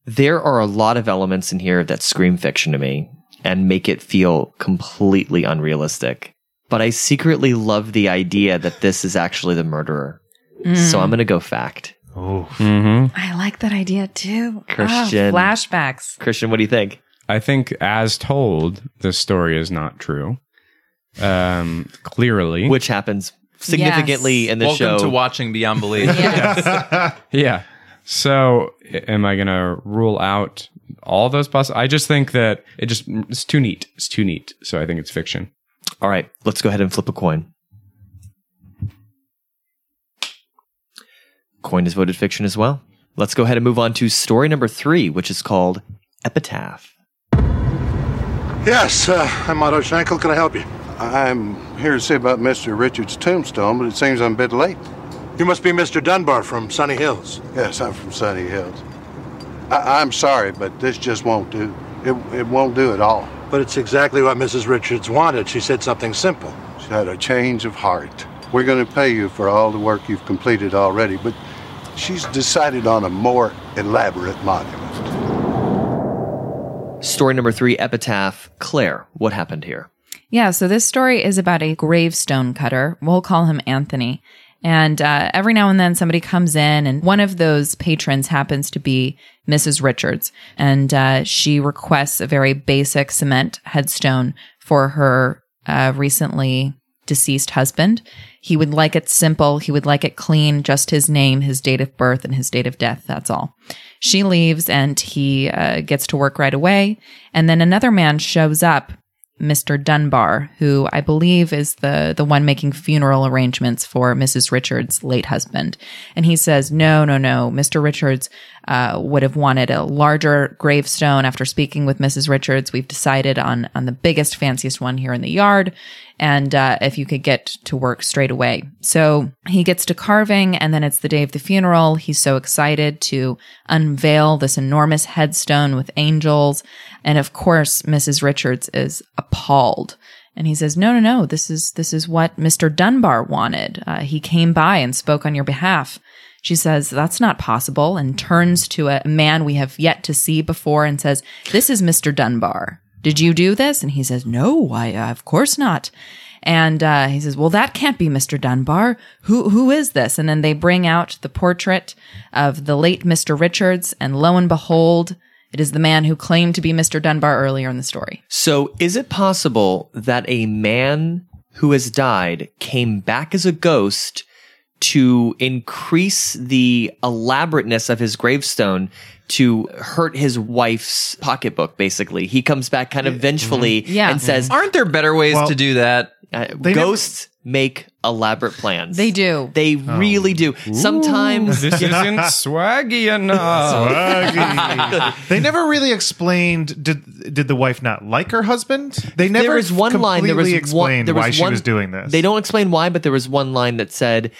[SPEAKER 3] There are a lot of elements in here that scream fiction to me and make it feel completely unrealistic. But I secretly love the idea that this is actually the murderer.
[SPEAKER 6] Hmm.
[SPEAKER 3] So I'm going to go fact.
[SPEAKER 5] Oh,
[SPEAKER 6] Mm.
[SPEAKER 4] Mm-hmm.
[SPEAKER 6] I like that idea too. Ah,
[SPEAKER 3] Christian.
[SPEAKER 6] flashbacks.
[SPEAKER 3] Christian, what do you think?
[SPEAKER 4] I think, as told, this story is not true. Um, clearly,
[SPEAKER 3] which happens significantly
[SPEAKER 6] Yes.
[SPEAKER 3] in this
[SPEAKER 7] Hmm? Welcome
[SPEAKER 3] show.
[SPEAKER 7] to watching Beyond Belief.
[SPEAKER 6] Yes.
[SPEAKER 4] yeah. So, a- am I going to rule out all those poss? I just think that it just it's too neat. It's too neat. So I think it's fiction.
[SPEAKER 3] All right, let's go ahead and flip a coin. Coin is voted fiction as well. Let's go ahead and move on to story number three, which is called Epitaph.
[SPEAKER 11] Yes, uh, I'm Otto Schenkel. Can I help you? I'm here to see about Mr. Richard's tombstone, but it seems I'm a bit late. You must be Mr. Dunbar from Sunny Hills. Yes, I'm from Sunny Hills. I- I'm sorry, but this just won't do. It-, it won't do at all. But it's exactly what Mrs. Richards wanted. She said something simple. She had a change of heart. We're going to pay you for all the work you've completed already, but she's decided on a more elaborate monument.
[SPEAKER 3] Story number three, Epitaph. Claire, what happened here?
[SPEAKER 6] Yeah, so this story is about a gravestone cutter. We'll call him Anthony. And uh, every now and then somebody comes in, and one of those patrons happens to be Mrs. Richards. And uh, she requests a very basic cement headstone for her uh, recently deceased husband. He would like it simple, he would like it clean, just his name, his date of birth, and his date of death. That's all. She leaves, and he uh, gets to work right away. And then another man shows up Mr. Dunbar, who I believe is the the one making funeral arrangements for Mrs. Richards' late husband, and he says, "No, no, no. Mr. Richards uh, would have wanted a larger gravestone. After speaking with Mrs. Richards, we've decided on on the biggest, fanciest one here in the yard, and uh, if you could get to work straight away." So he gets to carving, and then it's the day of the funeral. He's so excited to unveil this enormous headstone with angels. And of course, Mrs. Richards is appalled. And he says, "No, no, no. This is this is what Mr. Dunbar wanted. Uh, he came by and spoke on your behalf." She says, "That's not possible," and turns to a man we have yet to see before and says, "This is Mr. Dunbar. Did you do this?" And he says, "No, I uh, of course not." And uh, he says, "Well, that can't be Mr. Dunbar. Who who is this?" And then they bring out the portrait of the late Mr. Richards, and lo and behold, it is the man who claimed to be Mr. Dunbar earlier in the story.
[SPEAKER 3] So, is it possible that a man who has died came back as a ghost to increase the elaborateness of his gravestone to hurt his wife's pocketbook, basically? He comes back kind of vengefully
[SPEAKER 6] Yeah.
[SPEAKER 3] and says,
[SPEAKER 7] Aren't there better ways
[SPEAKER 5] Well-
[SPEAKER 7] to do that?
[SPEAKER 3] Uh,
[SPEAKER 5] They never-
[SPEAKER 3] ghosts make elaborate plans.
[SPEAKER 6] They do.
[SPEAKER 3] They really do. Sometimes
[SPEAKER 4] This isn't swaggy
[SPEAKER 3] Oh.
[SPEAKER 4] enough.
[SPEAKER 5] Buggy. they never really explained. Did did the wife not like her husband? They never
[SPEAKER 3] there was one line. There was
[SPEAKER 5] completely
[SPEAKER 3] one.
[SPEAKER 5] explained
[SPEAKER 3] There was
[SPEAKER 5] why she
[SPEAKER 3] one-
[SPEAKER 5] was doing this.
[SPEAKER 3] They don't explain why, but there was one line that said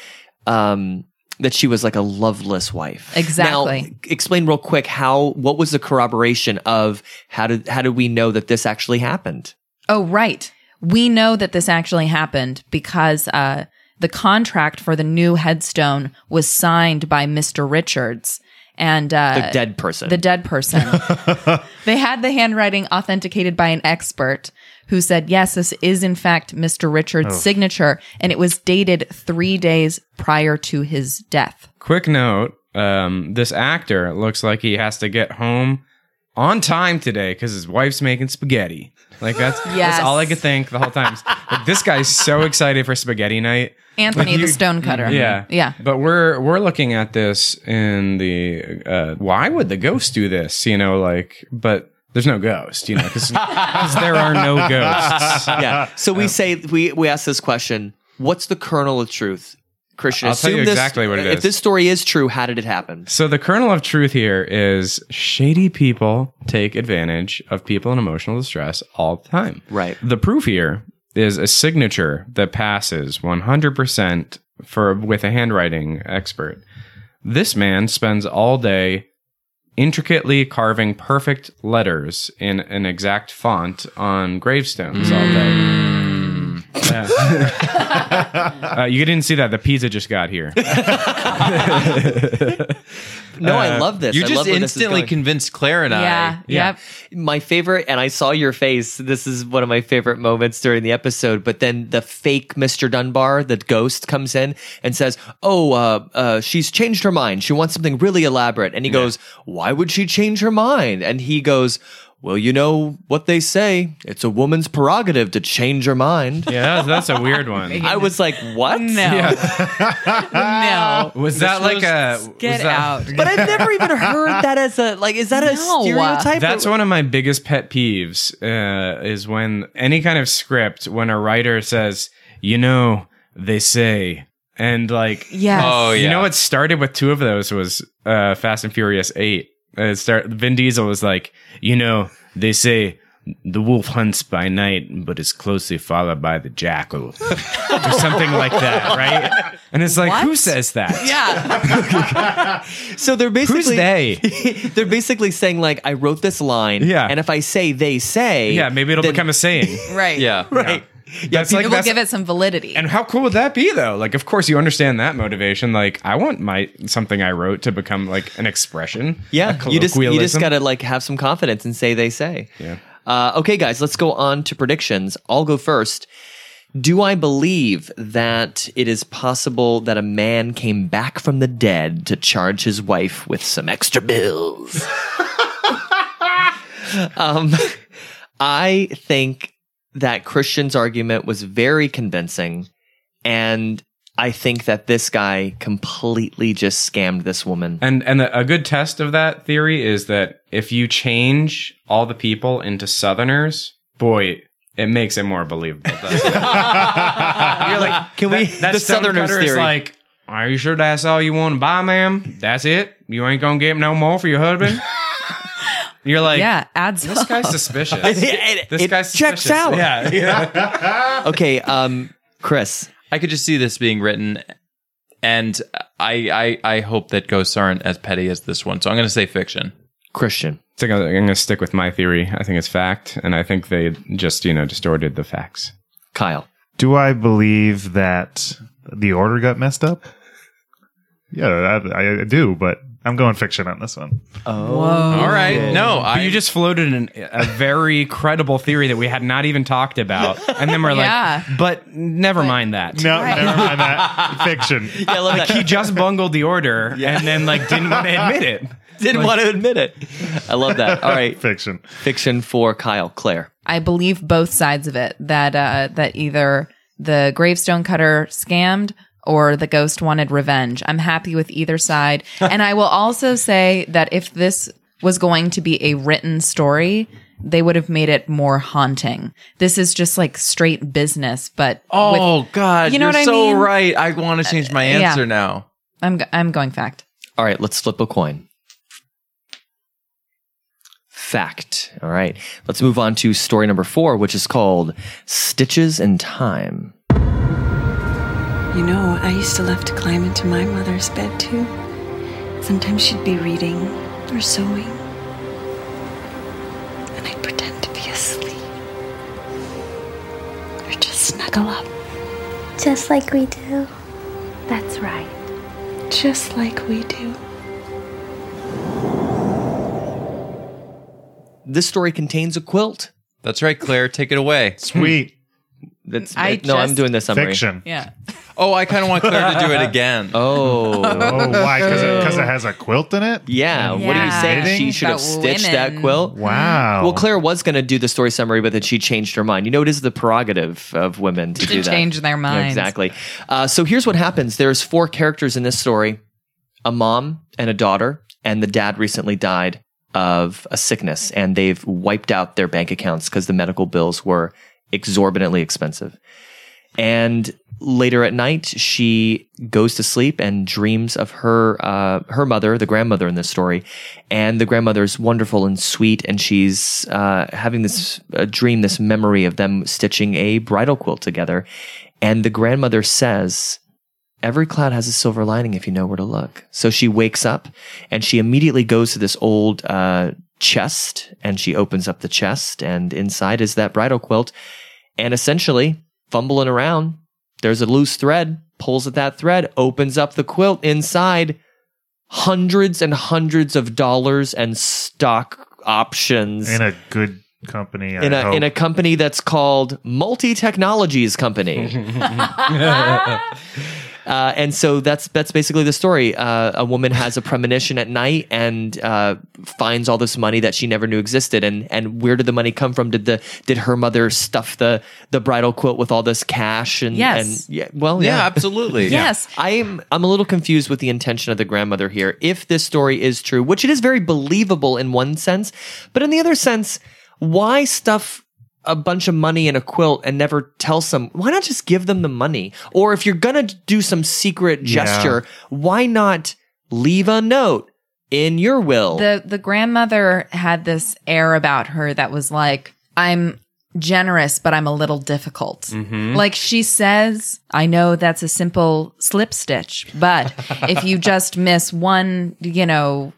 [SPEAKER 3] um, that she was like a loveless wife.
[SPEAKER 6] Exactly.
[SPEAKER 3] Now, explain real quick how. What was the corroboration of how did how did we know that this actually happened?
[SPEAKER 6] Oh, right. We know that this actually happened because uh, the contract for the new headstone was signed by Mr. Richards and
[SPEAKER 3] The
[SPEAKER 6] uh,
[SPEAKER 3] dead person.
[SPEAKER 6] the dead person. they had the handwriting authenticated by an expert who said, yes, this is in fact Mr.
[SPEAKER 3] Oh.
[SPEAKER 6] Richards' signature, and it was dated three days prior to his death.
[SPEAKER 4] Quick note: um, this actor looks like he has to get home on time today because his wife's making spaghetti. Like that's,
[SPEAKER 6] Yes.
[SPEAKER 4] that's all I could think the whole time. is, like, this guy's so excited for spaghetti night.
[SPEAKER 6] Anthony the stonecutter.
[SPEAKER 4] Yeah,
[SPEAKER 6] Yeah.
[SPEAKER 4] But we're we're looking at this in the uh, why would the ghost do this? You know, like but there's no ghost. You know, because there are no ghosts.
[SPEAKER 3] yeah. So we say we we ask this question: What's the kernel of truth, Christian?
[SPEAKER 4] I'll tell you
[SPEAKER 3] this-
[SPEAKER 4] exactly what it
[SPEAKER 3] If
[SPEAKER 4] is.
[SPEAKER 3] this story is true, how did it happen?
[SPEAKER 4] So the kernel of truth here is shady people take advantage of people in emotional distress all the time.
[SPEAKER 3] Right.
[SPEAKER 4] The proof here is a signature that passes 100% for with a handwriting expert. This man spends all day intricately carving perfect letters in an exact font on gravestones all day. Yeah. Uh, you didn't see that. The pizza just got here.
[SPEAKER 3] No, I love this.
[SPEAKER 7] You
[SPEAKER 3] I
[SPEAKER 7] just
[SPEAKER 3] love where this is
[SPEAKER 7] instantly
[SPEAKER 3] going.
[SPEAKER 7] convinced Claire and I.
[SPEAKER 6] Yeah. Yep.
[SPEAKER 3] my favorite and i saw your face this is one of my favorite moments during the episode but then the fake mr dunbar the ghost comes in and says oh uh, uh, she's changed her mind she wants something really elaborate and he goes why would she change her mind and he goes Well, you know what they say. It's a woman's prerogative to change her mind.
[SPEAKER 4] Yeah, that's, that's a weird one.
[SPEAKER 3] I was like, what? No.
[SPEAKER 6] no.
[SPEAKER 4] Was that like a
[SPEAKER 6] Get
[SPEAKER 4] was that-
[SPEAKER 6] out.
[SPEAKER 3] But I've never even heard that as a like. Is that a
[SPEAKER 6] No.
[SPEAKER 3] stereotype?
[SPEAKER 4] That's
[SPEAKER 3] Or-
[SPEAKER 4] one of my biggest pet peeves uh, is when any kind of script when a writer says, you know, they say, and like,
[SPEAKER 6] Yes.
[SPEAKER 7] Oh,
[SPEAKER 4] you
[SPEAKER 7] yeah.
[SPEAKER 4] know what started with two of those was uh, Fast and Furious Eight. Uh, It start Vin Diesel was like, you know, they say. The wolf hunts by night, but is closely followed by the jackal, or something like that, right? And it's like, who
[SPEAKER 6] What?
[SPEAKER 4] says that?
[SPEAKER 6] Yeah.
[SPEAKER 3] so they're basically
[SPEAKER 4] Who's they?
[SPEAKER 3] they're basically saying like, I wrote this line.
[SPEAKER 4] Yeah.
[SPEAKER 3] And if I say they say,
[SPEAKER 4] Yeah, maybe it'll
[SPEAKER 3] then-
[SPEAKER 4] become a saying.
[SPEAKER 6] Right.
[SPEAKER 7] Yeah.
[SPEAKER 3] right. Yeah,
[SPEAKER 4] That's like
[SPEAKER 6] It will
[SPEAKER 4] that's-
[SPEAKER 6] give it some validity.
[SPEAKER 4] And how cool would that be though? Like of course you understand that motivation. Like I want my something I wrote to become like an expression.
[SPEAKER 3] Yeah,
[SPEAKER 4] a
[SPEAKER 3] you just you just
[SPEAKER 4] colloquialism.
[SPEAKER 3] gotta like have some confidence and say they say.
[SPEAKER 4] Yeah.
[SPEAKER 3] Uh, okay, guys, let's go on to predictions. I'll go first. Do I believe that it is possible that a man came back from the dead to charge his wife with some extra bills? um, I think that Christian's argument was very convincing, and I think that this guy completely just scammed this woman.
[SPEAKER 4] And and a good test of that theory is that if you change all the people into Southerners, boy, it makes it more believable. You're like,
[SPEAKER 3] Can we- the
[SPEAKER 4] stone
[SPEAKER 3] Southerners
[SPEAKER 4] cutter is
[SPEAKER 3] theory.
[SPEAKER 4] like, are you sure that's all you want to buy, ma'am? That's it. You ain't gonna get no more for your husband. You're like,
[SPEAKER 6] yeah. Adds
[SPEAKER 4] This
[SPEAKER 6] up.
[SPEAKER 4] guy's suspicious.
[SPEAKER 3] It-
[SPEAKER 4] this
[SPEAKER 3] it
[SPEAKER 4] guy's
[SPEAKER 3] checks
[SPEAKER 4] suspicious.
[SPEAKER 3] out.
[SPEAKER 4] Yeah, yeah.
[SPEAKER 3] Okay, um, Chris.
[SPEAKER 7] I could just see this being written, and I I, I hope that ghosts aren't as petty as this one. So I'm going to say fiction.
[SPEAKER 3] Christian.
[SPEAKER 4] I think I'm going to stick with my theory. I think it's fact, and I think they just you know distorted the facts.
[SPEAKER 3] Kyle.
[SPEAKER 5] Do I believe that the order got messed up? Yeah, I, I do, but I'm going fiction on this one.
[SPEAKER 6] Whoa.
[SPEAKER 7] All right, no, I
[SPEAKER 4] you just floated an, a very credible theory that we had not even talked about, and then we're
[SPEAKER 6] Yeah.
[SPEAKER 4] like, but never mind that.
[SPEAKER 5] No, never mind that. Fiction.
[SPEAKER 3] Yeah, I love that.
[SPEAKER 4] He just bungled the order, and then like didn't want to admit it.
[SPEAKER 3] didn't want to admit it. I love that. All right.
[SPEAKER 5] Fiction.
[SPEAKER 3] Fiction for Kyle. Claire.
[SPEAKER 6] I believe both sides of it that uh, that either the gravestone cutter scammed or the ghost wanted revenge. I'm happy with either side, and I will also say that if this was going to be a written story, they would have made it more haunting. This is just like straight business, but
[SPEAKER 7] Oh
[SPEAKER 6] with,
[SPEAKER 7] God,
[SPEAKER 6] You know
[SPEAKER 7] are
[SPEAKER 6] what I
[SPEAKER 7] so
[SPEAKER 6] mean?
[SPEAKER 7] right. I want to change my
[SPEAKER 6] Uh, yeah.
[SPEAKER 7] answer now.
[SPEAKER 6] I'm I'm going fact.
[SPEAKER 3] All right, let's flip a coin. Fact. All right. Let's move on to story number four, which is called Stitches in Time.
[SPEAKER 10] You know, I used to love to climb into my mother's bed too. Sometimes she'd be reading or sewing, and I'd pretend to be asleep or just snuggle up,
[SPEAKER 12] Just like we do. That's right.
[SPEAKER 10] just like we do.
[SPEAKER 3] This story contains a quilt.
[SPEAKER 7] That's right, Claire. Take it away.
[SPEAKER 5] Sweet.
[SPEAKER 3] That's
[SPEAKER 6] I
[SPEAKER 3] no, I'm
[SPEAKER 6] just-
[SPEAKER 3] doing this summary.
[SPEAKER 5] Fiction.
[SPEAKER 6] Yeah,
[SPEAKER 7] Oh, I kind of want Claire to do it again.
[SPEAKER 3] Oh.
[SPEAKER 5] Oh, why? Because it, 'cause it has a quilt in it?
[SPEAKER 3] Yeah. What are you
[SPEAKER 6] Yeah.
[SPEAKER 3] saying? She
[SPEAKER 5] Kidding?
[SPEAKER 3] should have
[SPEAKER 6] About
[SPEAKER 3] stitched that
[SPEAKER 6] women.
[SPEAKER 3] quilt.
[SPEAKER 5] Wow.
[SPEAKER 3] Well, Claire was going to do the story summary, but then she changed her mind. You know, it is the prerogative of women to,
[SPEAKER 6] To
[SPEAKER 3] do that.
[SPEAKER 6] change their minds.
[SPEAKER 3] Exactly. Uh, so here's what happens there's four characters in this story a mom and a daughter, and the dad recently died of a sickness, and they've wiped out their bank accounts because the medical bills were exorbitantly expensive. And later at night, she goes to sleep and dreams of her uh, her mother, the grandmother in this story, and the grandmother's wonderful and sweet, and she's uh, having this uh, dream, this memory of them stitching a bridal quilt together, and the grandmother says. Every cloud has a silver lining if you know where to look. So she wakes up and she immediately goes to this old uh, chest and she opens up the chest, and inside is that bridal quilt. And essentially, fumbling around, there's a loose thread, pulls at that thread, opens up the quilt inside. Hundreds and hundreds of dollars and stock options
[SPEAKER 5] in a good company.
[SPEAKER 3] in
[SPEAKER 5] I
[SPEAKER 3] a,
[SPEAKER 5] hope.
[SPEAKER 3] in a company that's called Multi Technologies Company. Uh, and so that's that's basically the story. Uh, a woman has a premonition at night and uh, finds all this money that she never knew existed. And and where did the money come from? Did the did her mother stuff the the bridal quilt with all this cash? And
[SPEAKER 6] Yes.
[SPEAKER 3] and yeah, well,
[SPEAKER 7] Yeah,
[SPEAKER 3] yeah,
[SPEAKER 7] absolutely.
[SPEAKER 6] Yes.
[SPEAKER 3] I'm I'm a little confused with the intention of the grandmother here. If this story is true, which it is very believable in one sense, but in the other sense, why stuff a bunch of money in a quilt and never tell some why not just give them the money? Or if you're gonna do some secret
[SPEAKER 5] Yeah.
[SPEAKER 3] gesture, why not leave a note in your will?
[SPEAKER 6] The the grandmother had this air about her that was like, I'm generous, but I'm a little difficult. Like she says, I know that's a simple slip stitch, but if you just miss one, you know,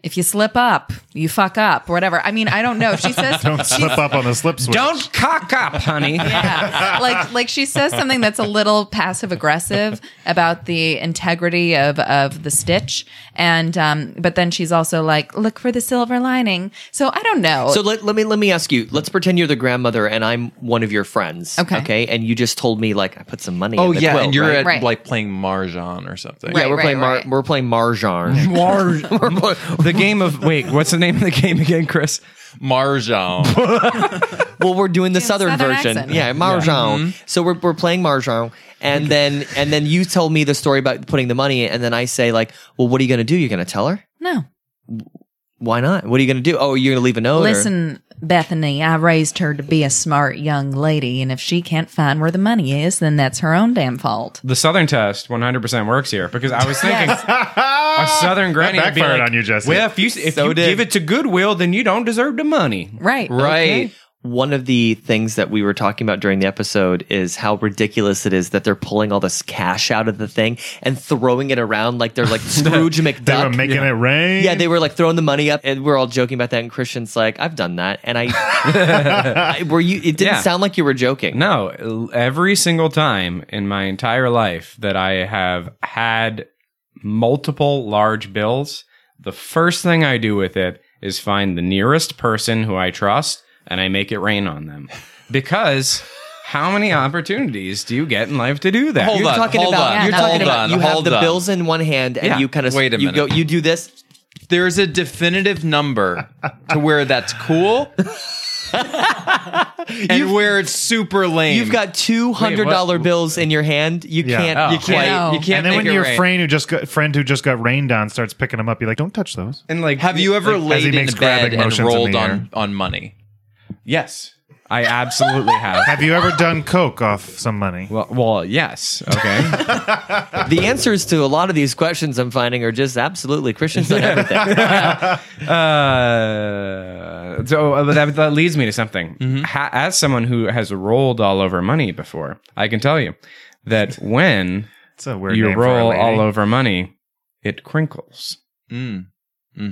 [SPEAKER 6] if you slip up, you fuck up, or whatever. I mean, I don't know. She says
[SPEAKER 5] Don't
[SPEAKER 6] she
[SPEAKER 5] slip up on the slip switch.
[SPEAKER 4] Uh, Don't cock up, honey.
[SPEAKER 6] yeah. Like like she says something that's a little passive aggressive about the integrity of of the stitch and um but then she's also like look for the silver lining. So I don't know.
[SPEAKER 3] So let, let me let me ask you. Let's pretend you're the grandmother and I'm one of your friends.
[SPEAKER 6] Okay.
[SPEAKER 3] Okay. And you just told me like I put some money.
[SPEAKER 7] Oh
[SPEAKER 3] in the
[SPEAKER 7] yeah,
[SPEAKER 3] quilt,
[SPEAKER 7] and you're
[SPEAKER 3] right?
[SPEAKER 7] at
[SPEAKER 6] Right.
[SPEAKER 7] like playing mahjong or something.
[SPEAKER 3] yeah. We're
[SPEAKER 6] right,
[SPEAKER 3] playing
[SPEAKER 6] right.
[SPEAKER 3] Mar- we're playing mahjong.
[SPEAKER 4] the game of wait, what's the name of the game again, Chris?
[SPEAKER 7] Mahjong.
[SPEAKER 3] well, we're doing the southern,
[SPEAKER 6] southern
[SPEAKER 3] version.
[SPEAKER 6] accent.
[SPEAKER 3] Yeah, mahjong. So we're, we're playing mahjong, and then and then you tell me the story about putting the money, in, and then I say like, well, what are you going to do? You're going to tell her?
[SPEAKER 6] no.
[SPEAKER 3] Why not? What are you going to do? Oh, you're going to leave a note? or-
[SPEAKER 6] Listen, Bethany, I raised her to be a smart young lady and if she can't find where the money is, then that's her own damn fault.
[SPEAKER 4] The Southern test 100% works here because I was thinking
[SPEAKER 6] Yes.
[SPEAKER 4] a Southern granny would be
[SPEAKER 5] backfired
[SPEAKER 4] like,
[SPEAKER 5] on you, Jesse.
[SPEAKER 4] Well, if you if
[SPEAKER 3] So
[SPEAKER 4] you
[SPEAKER 3] did.
[SPEAKER 4] give it to Goodwill, then you don't deserve the money.
[SPEAKER 6] Right.
[SPEAKER 7] right.
[SPEAKER 3] One of the things that we were talking about during the episode is how ridiculous it is that they're pulling all this cash out of the thing and throwing it around like they're like Scrooge McDuck.
[SPEAKER 5] They were making it rain.
[SPEAKER 3] Yeah, they were like throwing the money up, and we're all joking about that. And Christian's like, "I've done that," and I, I were you? It didn't
[SPEAKER 4] Yeah.
[SPEAKER 3] sound like you were joking.
[SPEAKER 4] No, every single time in my entire life that I have had multiple large bills, the first thing I do with it is find the nearest person who I trust and I make it rain on them. Because how many opportunities do you get in life to do that?
[SPEAKER 7] Hold
[SPEAKER 3] you're
[SPEAKER 7] on,
[SPEAKER 3] talking
[SPEAKER 7] hold
[SPEAKER 3] about
[SPEAKER 7] on,
[SPEAKER 3] you're
[SPEAKER 7] hold
[SPEAKER 3] talking about
[SPEAKER 7] on,
[SPEAKER 3] you have
[SPEAKER 7] hold
[SPEAKER 3] the
[SPEAKER 7] on.
[SPEAKER 3] bills in one hand and
[SPEAKER 4] Yeah.
[SPEAKER 3] you kind of
[SPEAKER 7] Wait a
[SPEAKER 3] you go
[SPEAKER 7] minute.
[SPEAKER 3] you do this
[SPEAKER 7] There's a definitive number to where that's cool and where it's super lame.
[SPEAKER 3] you've got two hundred dollar bills in your hand you
[SPEAKER 5] Yeah.
[SPEAKER 3] can't you
[SPEAKER 7] Oh.
[SPEAKER 3] can't
[SPEAKER 6] Wow.
[SPEAKER 7] you can't
[SPEAKER 5] and then
[SPEAKER 7] make
[SPEAKER 5] when
[SPEAKER 7] it
[SPEAKER 5] your
[SPEAKER 7] rain.
[SPEAKER 5] friend who just got friend who just got rained on starts picking them up, you're like, "Don't touch those."
[SPEAKER 4] And like
[SPEAKER 7] Have you ever
[SPEAKER 5] Like, as he
[SPEAKER 7] laid in
[SPEAKER 5] makes
[SPEAKER 7] bed
[SPEAKER 5] grabbing
[SPEAKER 7] and
[SPEAKER 5] motions in the
[SPEAKER 7] rolled
[SPEAKER 5] air.
[SPEAKER 7] on, on money?
[SPEAKER 4] Yes. I absolutely have.
[SPEAKER 5] Have you ever done coke off some money?
[SPEAKER 4] well, well, yes. Okay.
[SPEAKER 3] the answers to a lot of these questions i'm finding are just absolutely christians on everything
[SPEAKER 4] Uh, so uh, but that, that leads me to something. Ha- as someone who has rolled all over money before, I can tell you that when
[SPEAKER 5] It's a weird
[SPEAKER 4] you
[SPEAKER 5] name for a
[SPEAKER 4] roll
[SPEAKER 5] lady.
[SPEAKER 4] all over money, it crinkles.
[SPEAKER 7] Mm.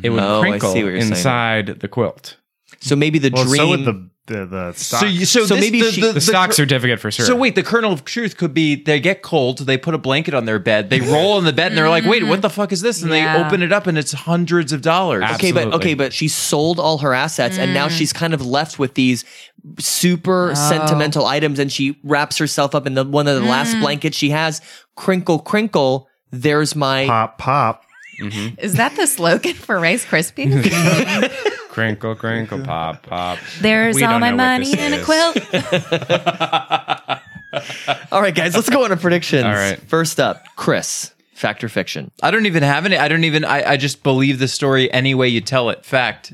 [SPEAKER 4] It would
[SPEAKER 3] Oh, I see
[SPEAKER 4] crinkle
[SPEAKER 3] what you're saying.
[SPEAKER 4] inside the quilt.
[SPEAKER 3] so maybe the
[SPEAKER 5] Well,
[SPEAKER 3] dream
[SPEAKER 5] so would the the, the stock.
[SPEAKER 7] So, you, so,
[SPEAKER 3] So
[SPEAKER 7] this-
[SPEAKER 3] maybe
[SPEAKER 7] the,
[SPEAKER 3] she-
[SPEAKER 7] the,
[SPEAKER 4] The stock
[SPEAKER 7] cur-
[SPEAKER 4] certificate for sure.
[SPEAKER 7] So wait, the kernel of truth could be they get cold, they put a blanket on their bed, they roll in the bed, and they're like, "Wait, what the fuck is this?" And they
[SPEAKER 6] Yeah.
[SPEAKER 7] open it up, and it's hundreds of dollars.
[SPEAKER 3] Okay, but
[SPEAKER 4] Absolutely.
[SPEAKER 3] okay, but she sold all her assets and now she's kind of left with these super sentimental items and she wraps herself up in the one of the last blankets she has. Crinkle crinkle, there's my
[SPEAKER 5] pop pop.
[SPEAKER 3] Mm-hmm.
[SPEAKER 6] Is that the slogan for Rice Krispies?
[SPEAKER 4] crinkle, crinkle, pop, pop.
[SPEAKER 6] There's
[SPEAKER 4] We
[SPEAKER 6] all
[SPEAKER 4] don't
[SPEAKER 6] my
[SPEAKER 4] know what
[SPEAKER 6] money
[SPEAKER 4] this
[SPEAKER 6] in a
[SPEAKER 4] is.
[SPEAKER 6] quilt.
[SPEAKER 3] All right, guys, let's go on to predictions.
[SPEAKER 4] All right.
[SPEAKER 3] First up, Chris, fact or fiction?
[SPEAKER 7] I don't even have any. I don't even. I, I just believe the story any way you tell it. Fact.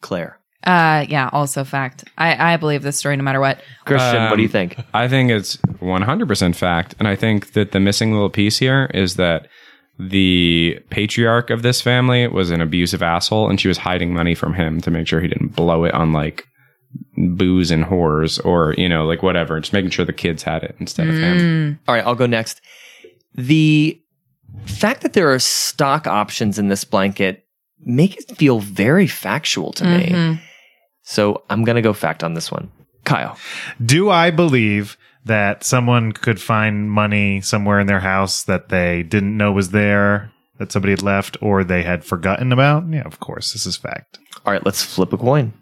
[SPEAKER 3] Claire.
[SPEAKER 6] Uh, yeah. Also, fact. I I believe this story no matter what.
[SPEAKER 3] Christian, what do you think?
[SPEAKER 4] I think it's 100% fact. And I think that the missing little piece here is that the patriarch of this family was an abusive asshole and she was hiding money from him to make sure he didn't blow it on like booze and whores or, you know, like whatever, just making sure the kids had it instead of
[SPEAKER 6] Mm.
[SPEAKER 4] him.
[SPEAKER 6] Mm-hmm.
[SPEAKER 3] All right, I'll go next. The fact that there are stock options in this blanket make it feel very factual to me. So I'm gonna go fact on this one. Kyle.
[SPEAKER 5] Do I believe that someone could find money somewhere in their house that they didn't know was there, that somebody had left, or they had forgotten about? Yeah, of course. This is fact.
[SPEAKER 3] All right, let's flip a coin.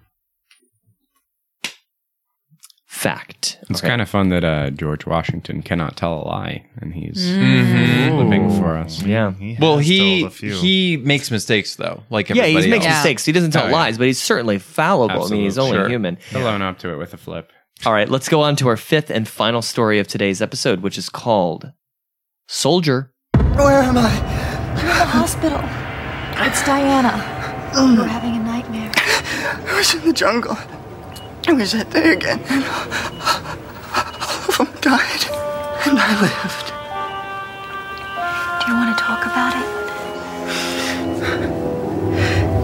[SPEAKER 3] fact.
[SPEAKER 4] It's kind of fun that uh, George Washington cannot tell a lie, and he's
[SPEAKER 3] Mm-hmm.
[SPEAKER 7] Mhm.
[SPEAKER 4] living for us.
[SPEAKER 3] Yeah.
[SPEAKER 7] well, he he makes mistakes though, like
[SPEAKER 3] yeah,
[SPEAKER 7] everybody
[SPEAKER 3] he makes
[SPEAKER 7] else.
[SPEAKER 3] mistakes. He doesn't tell
[SPEAKER 7] Oh, yeah.
[SPEAKER 3] lies, but he's certainly fallible. I mean, he's
[SPEAKER 7] Absolute-
[SPEAKER 3] only
[SPEAKER 7] sure.
[SPEAKER 3] human.
[SPEAKER 4] He'll own up to it with a flip.
[SPEAKER 3] All right, let's go on to our fifth and final story of today's episode, which is called Soldier.
[SPEAKER 13] Where am I? You're at the hospital. It's Diana. You're having a nightmare.
[SPEAKER 14] I was in the jungle. It was that day again. And all of them died. And I lived.
[SPEAKER 13] Do you want to talk about it?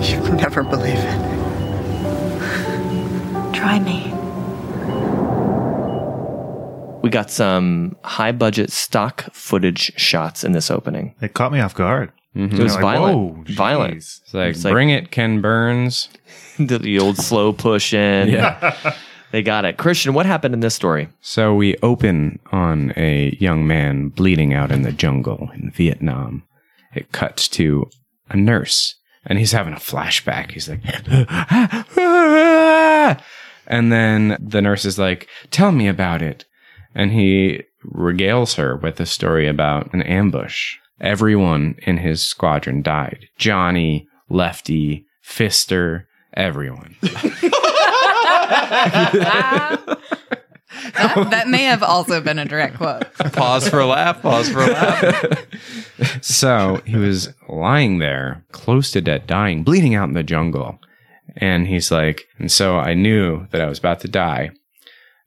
[SPEAKER 14] You'd never believe it.
[SPEAKER 13] Try me.
[SPEAKER 3] We got some high budget stock footage shots in this opening.
[SPEAKER 5] It caught me off guard.
[SPEAKER 4] Hmm.
[SPEAKER 3] It was
[SPEAKER 5] Mhm. Like,
[SPEAKER 3] violent.
[SPEAKER 5] whoa,
[SPEAKER 3] violent.
[SPEAKER 5] jeez.
[SPEAKER 3] It's
[SPEAKER 4] like, "Bring
[SPEAKER 3] it, Ken Burns. the, the old slow push in.
[SPEAKER 4] Yeah.
[SPEAKER 3] they got it. Christian, what happened in this story?
[SPEAKER 4] So we open on a young man bleeding out in the jungle in Vietnam. It cuts to a nurse, and he's having a flashback. He's like, and then the nurse is like, "Tell me about it," and he regales her with a story about an ambush. Everyone in his squadron died. Johnny, Lefty, Fister, everyone.
[SPEAKER 6] That, that may have also been a direct quote.
[SPEAKER 7] Pause for a laugh. Pause for a laugh.
[SPEAKER 4] so he was lying there, close to death, dying, bleeding out in the jungle. And he's like, and so I knew that I was about to die.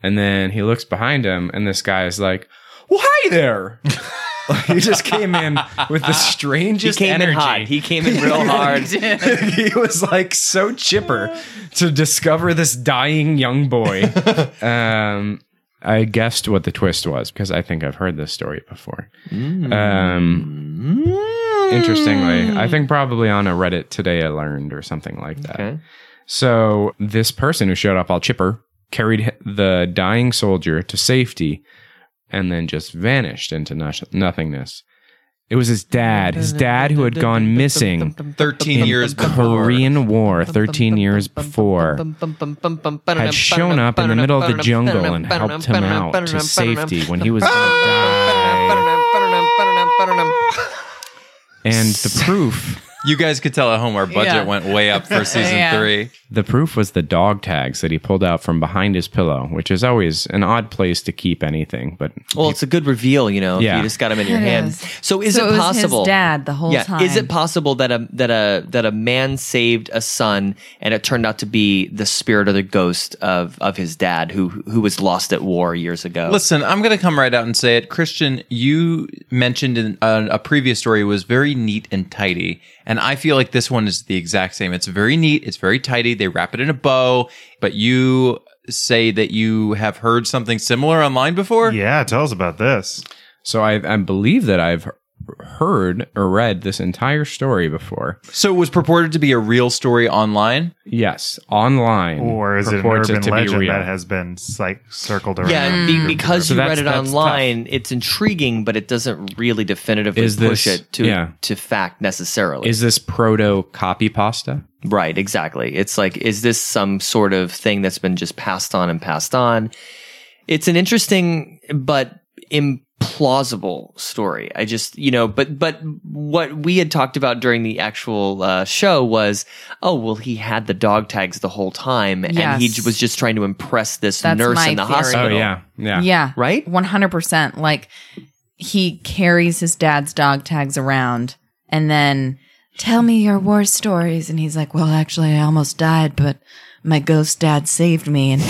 [SPEAKER 4] And then he looks behind him, and this guy is like, well, hi there. he just came in with the strangest
[SPEAKER 3] He came in
[SPEAKER 4] energy.
[SPEAKER 3] hot. He came in real hard.
[SPEAKER 4] he was like so chipper to discover this dying young boy. um, I guessed what the twist was because I think I've heard this story before. Um, Interestingly, I think probably on a Reddit today I learned or something like that. So this person who showed up all chipper carried h- the dying soldier to safety and then just vanished into nosh- nothingness. It was his dad, his dad who had gone missing
[SPEAKER 7] 13
[SPEAKER 4] in
[SPEAKER 7] years
[SPEAKER 4] the
[SPEAKER 7] before.
[SPEAKER 4] Korean War 13 years before had shown up in the middle of the jungle and helped him out to safety when he was gonna die. And the proof
[SPEAKER 7] You guys could tell at home our budget
[SPEAKER 4] Yeah.
[SPEAKER 7] went way up for season
[SPEAKER 4] Yeah.
[SPEAKER 7] three.
[SPEAKER 4] The proof was the dog tags that he pulled out from behind his pillow, which is always an odd place to keep anything. But
[SPEAKER 3] Well, it's a good reveal, you know. if
[SPEAKER 4] Yeah.
[SPEAKER 3] you just got him in your
[SPEAKER 6] It
[SPEAKER 3] hand.
[SPEAKER 6] is.
[SPEAKER 3] So is
[SPEAKER 6] So
[SPEAKER 3] it,
[SPEAKER 6] it was his
[SPEAKER 3] possible?
[SPEAKER 6] dad the whole
[SPEAKER 3] yeah. Is
[SPEAKER 6] time.
[SPEAKER 3] it possible that a that a that a man saved a son and it turned out to be the spirit or the ghost of of his dad who who was lost at war years ago?
[SPEAKER 7] Listen, I'm going to come right out and say it. Christian, you mentioned in uh, a previous story was very neat and tidy. And I feel like this one is the exact same. It's very neat, it's very tidy. They wrap it in a bow, but you say that you have heard something similar online before?
[SPEAKER 5] Yeah, tell us about this.
[SPEAKER 4] So I, I believe that I've heard or read this entire story before.
[SPEAKER 7] So it was purported to be a real story online?
[SPEAKER 4] Yes, online.
[SPEAKER 5] Or is it an
[SPEAKER 4] purports
[SPEAKER 5] urban
[SPEAKER 4] to be
[SPEAKER 5] legend
[SPEAKER 4] real.
[SPEAKER 5] that has been like circled around?
[SPEAKER 3] Yeah, be- because
[SPEAKER 5] Mm. So
[SPEAKER 3] you
[SPEAKER 5] that's-
[SPEAKER 3] read it
[SPEAKER 5] that's
[SPEAKER 3] online, it's intriguing, but it doesn't really definitively
[SPEAKER 4] Is
[SPEAKER 3] push
[SPEAKER 4] this-
[SPEAKER 3] it to
[SPEAKER 4] yeah.
[SPEAKER 3] to fact necessarily.
[SPEAKER 4] Is this proto copy pasta?
[SPEAKER 3] Right, exactly. It's like, is this some sort of thing that's been just passed on and passed on? It's an interesting but implausible story. I just, you know, but but what we had talked about during the actual uh, show was, oh well, he had the dog tags the whole time, and he
[SPEAKER 6] Yes.
[SPEAKER 3] j- was just trying to impress this
[SPEAKER 6] That's
[SPEAKER 3] nurse
[SPEAKER 6] my
[SPEAKER 3] in the
[SPEAKER 6] theory.
[SPEAKER 3] hospital.
[SPEAKER 6] Oh, yeah. Yeah.
[SPEAKER 3] Right?
[SPEAKER 6] 100%. Like he carries his dad's dog tags around and then tell me your war stories. And he's like, well, actually, I almost died, but my ghost dad saved me. And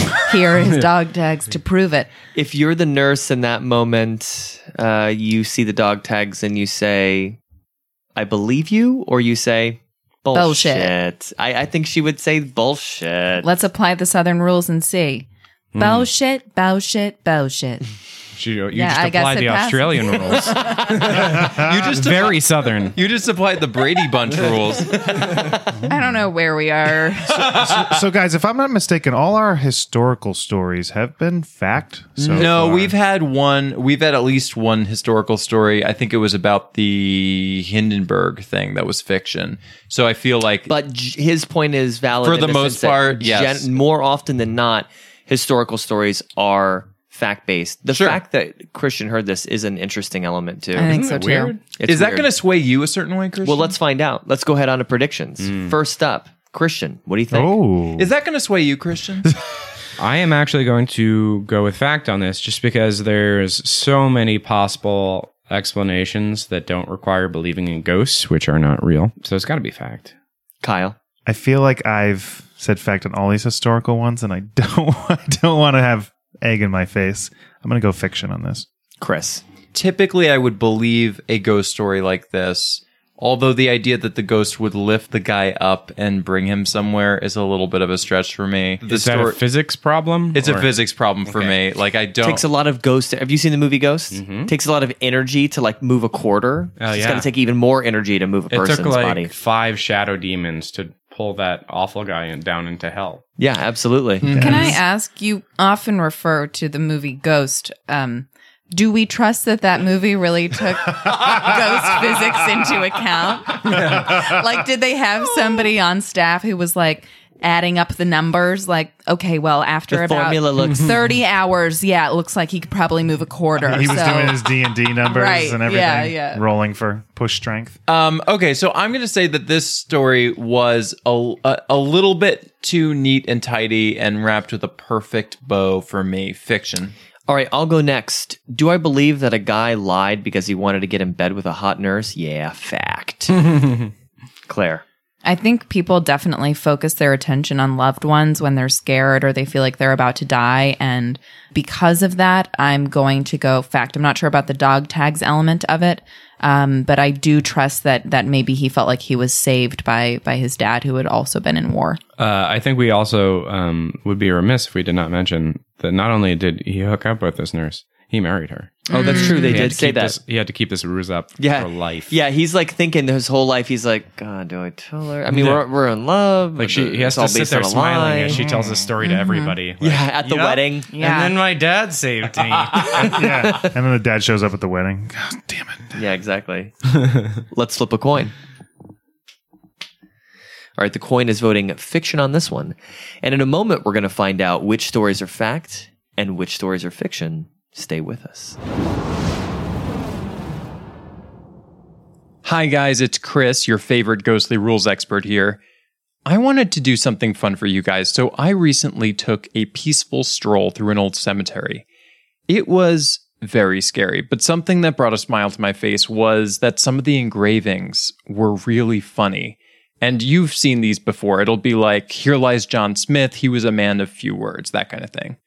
[SPEAKER 6] here are his dog tags to prove it.
[SPEAKER 3] If you're the nurse in that moment, uh, you see the dog tags and you say, I believe you, or you say, bullshit. I, I think she would say bullshit.
[SPEAKER 6] Let's apply the Southern rules and see.
[SPEAKER 3] Hmm.
[SPEAKER 6] Bullshit, bullshit, bullshit.
[SPEAKER 4] She, you
[SPEAKER 6] Yeah, I
[SPEAKER 4] just
[SPEAKER 6] guess
[SPEAKER 4] applied
[SPEAKER 6] it
[SPEAKER 4] the
[SPEAKER 6] passes.
[SPEAKER 4] Australian rules. you
[SPEAKER 7] just
[SPEAKER 4] very southern.
[SPEAKER 7] You just applied the Brady Bunch rules.
[SPEAKER 6] I don't know where we are.
[SPEAKER 5] so, so, guys, if I'm not mistaken, all our historical stories have been fact. So
[SPEAKER 7] no,
[SPEAKER 5] far.
[SPEAKER 7] we've had one. We've had at least one historical story. I think it was about the Hindenburg thing that was fiction. So I feel like,
[SPEAKER 3] but j- his point is valid
[SPEAKER 7] For
[SPEAKER 3] in
[SPEAKER 7] the most
[SPEAKER 3] sense that
[SPEAKER 7] part, yes.
[SPEAKER 3] more often than not, historical stories are fact based. The fact that Christian heard this is an interesting element too.
[SPEAKER 6] I think Isn't so, that too. weird?
[SPEAKER 7] Is that gonna sway you a certain way, Christian?
[SPEAKER 3] Well, let's find out. Let's go ahead on to predictions.
[SPEAKER 7] Hmm.
[SPEAKER 3] First up, Christian, what do you think?
[SPEAKER 4] Oh.
[SPEAKER 7] Is that going to sway you, Christian?
[SPEAKER 4] I am actually going to go with fact on this just because there's so many possible explanations that don't require believing in ghosts, which are not real. So it's got to be fact.
[SPEAKER 3] Kyle.
[SPEAKER 5] I feel like I've said fact on all these historical ones, and I don't I don't want to have egg in my face. I'm gonna go fiction on this.
[SPEAKER 3] Chris.
[SPEAKER 7] Typically, I would believe a ghost story like this. Although the idea that the ghost would lift the guy up and bring him somewhere is a little bit of a stretch for me. The
[SPEAKER 4] Is that a
[SPEAKER 7] story-
[SPEAKER 4] physics problem?
[SPEAKER 7] it's a
[SPEAKER 4] or-
[SPEAKER 7] physics problem for
[SPEAKER 4] Okay.
[SPEAKER 7] me. Like I don't
[SPEAKER 4] Oh.
[SPEAKER 3] Takes a lot of ghost. Have you seen the movie Ghost? Takes a lot of energy to like move a quarter.
[SPEAKER 4] Mm-hmm. Oh,
[SPEAKER 3] It's
[SPEAKER 4] yeah.
[SPEAKER 3] got to take even more energy to move a
[SPEAKER 4] It
[SPEAKER 3] person's
[SPEAKER 4] took like
[SPEAKER 3] body.
[SPEAKER 4] five shadow demons to pull that awful guy in, down into hell.
[SPEAKER 3] Yeah, absolutely.
[SPEAKER 6] Can I ask? You often refer to the movie Ghost. Um, do we trust that that movie really took ghost physics into account? like, did they have
[SPEAKER 3] Oh.
[SPEAKER 6] somebody on staff who was like adding up the numbers? Like, okay, well, after
[SPEAKER 3] The
[SPEAKER 6] about
[SPEAKER 3] formula looks-
[SPEAKER 6] thirty hours, yeah, it looks like he could probably move a quarter.
[SPEAKER 5] He was
[SPEAKER 6] so-
[SPEAKER 5] doing his D and D numbers
[SPEAKER 6] Right,
[SPEAKER 5] and
[SPEAKER 6] yeah,
[SPEAKER 5] everything,
[SPEAKER 6] yeah. Uh,
[SPEAKER 5] rolling for push strength.
[SPEAKER 7] Um, okay, so I'm going to say that this story was a, a, a little bit too neat and tidy and wrapped with a perfect bow for me. Fiction.
[SPEAKER 3] All right, I'll go next. Do I believe that a guy lied because he wanted to get in bed with a hot nurse? Yeah, fact. Claire.
[SPEAKER 6] I think people definitely focus their attention on loved ones when they're scared or they feel like they're about to die. And because of that, I'm going to go fact. I'm not sure about the dog tags element of it. Um, but I do trust that that maybe he felt like he was saved by by his dad who had also been in war.
[SPEAKER 4] Uh, I think we also um, would be remiss if we did not mention that not only did he hook up with this nurse, he married her.
[SPEAKER 3] Oh, that's true. They
[SPEAKER 4] He
[SPEAKER 3] did
[SPEAKER 4] had to
[SPEAKER 3] say
[SPEAKER 4] keep
[SPEAKER 3] that.
[SPEAKER 4] this- he had to keep this ruse up for life.
[SPEAKER 3] Yeah, he's like thinking his whole life. He's like, God, do I tell her? I mean,
[SPEAKER 4] Yeah.
[SPEAKER 3] we're, we're in love.
[SPEAKER 4] Like she, he has
[SPEAKER 3] It's all
[SPEAKER 4] to sit
[SPEAKER 3] based
[SPEAKER 4] there
[SPEAKER 3] on a
[SPEAKER 4] smiling as
[SPEAKER 3] lie.
[SPEAKER 4] she tells this story
[SPEAKER 3] Mm-hmm.
[SPEAKER 4] to everybody. Like,
[SPEAKER 3] Yeah, at the
[SPEAKER 4] "Yup,
[SPEAKER 3] wedding.
[SPEAKER 6] Yeah.
[SPEAKER 4] And then my dad saved me.
[SPEAKER 5] yeah, and then the dad shows up at the wedding. God,
[SPEAKER 3] Yeah, exactly. Let's flip a coin. All right, the coin is voting fiction on this one. And in a moment, we're going to find out which stories are fact and which stories are fiction. Stay with us.
[SPEAKER 7] Hi, guys, it's Chris, your favorite ghostly rules expert here. I wanted to do something fun for you guys, so I recently took a peaceful stroll through an old cemetery. It was very scary, but something that brought a smile to my face was that some of the engravings were really funny. And you've seen these before. It'll be like, here lies John Smith, he was a man of few words, that kind of thing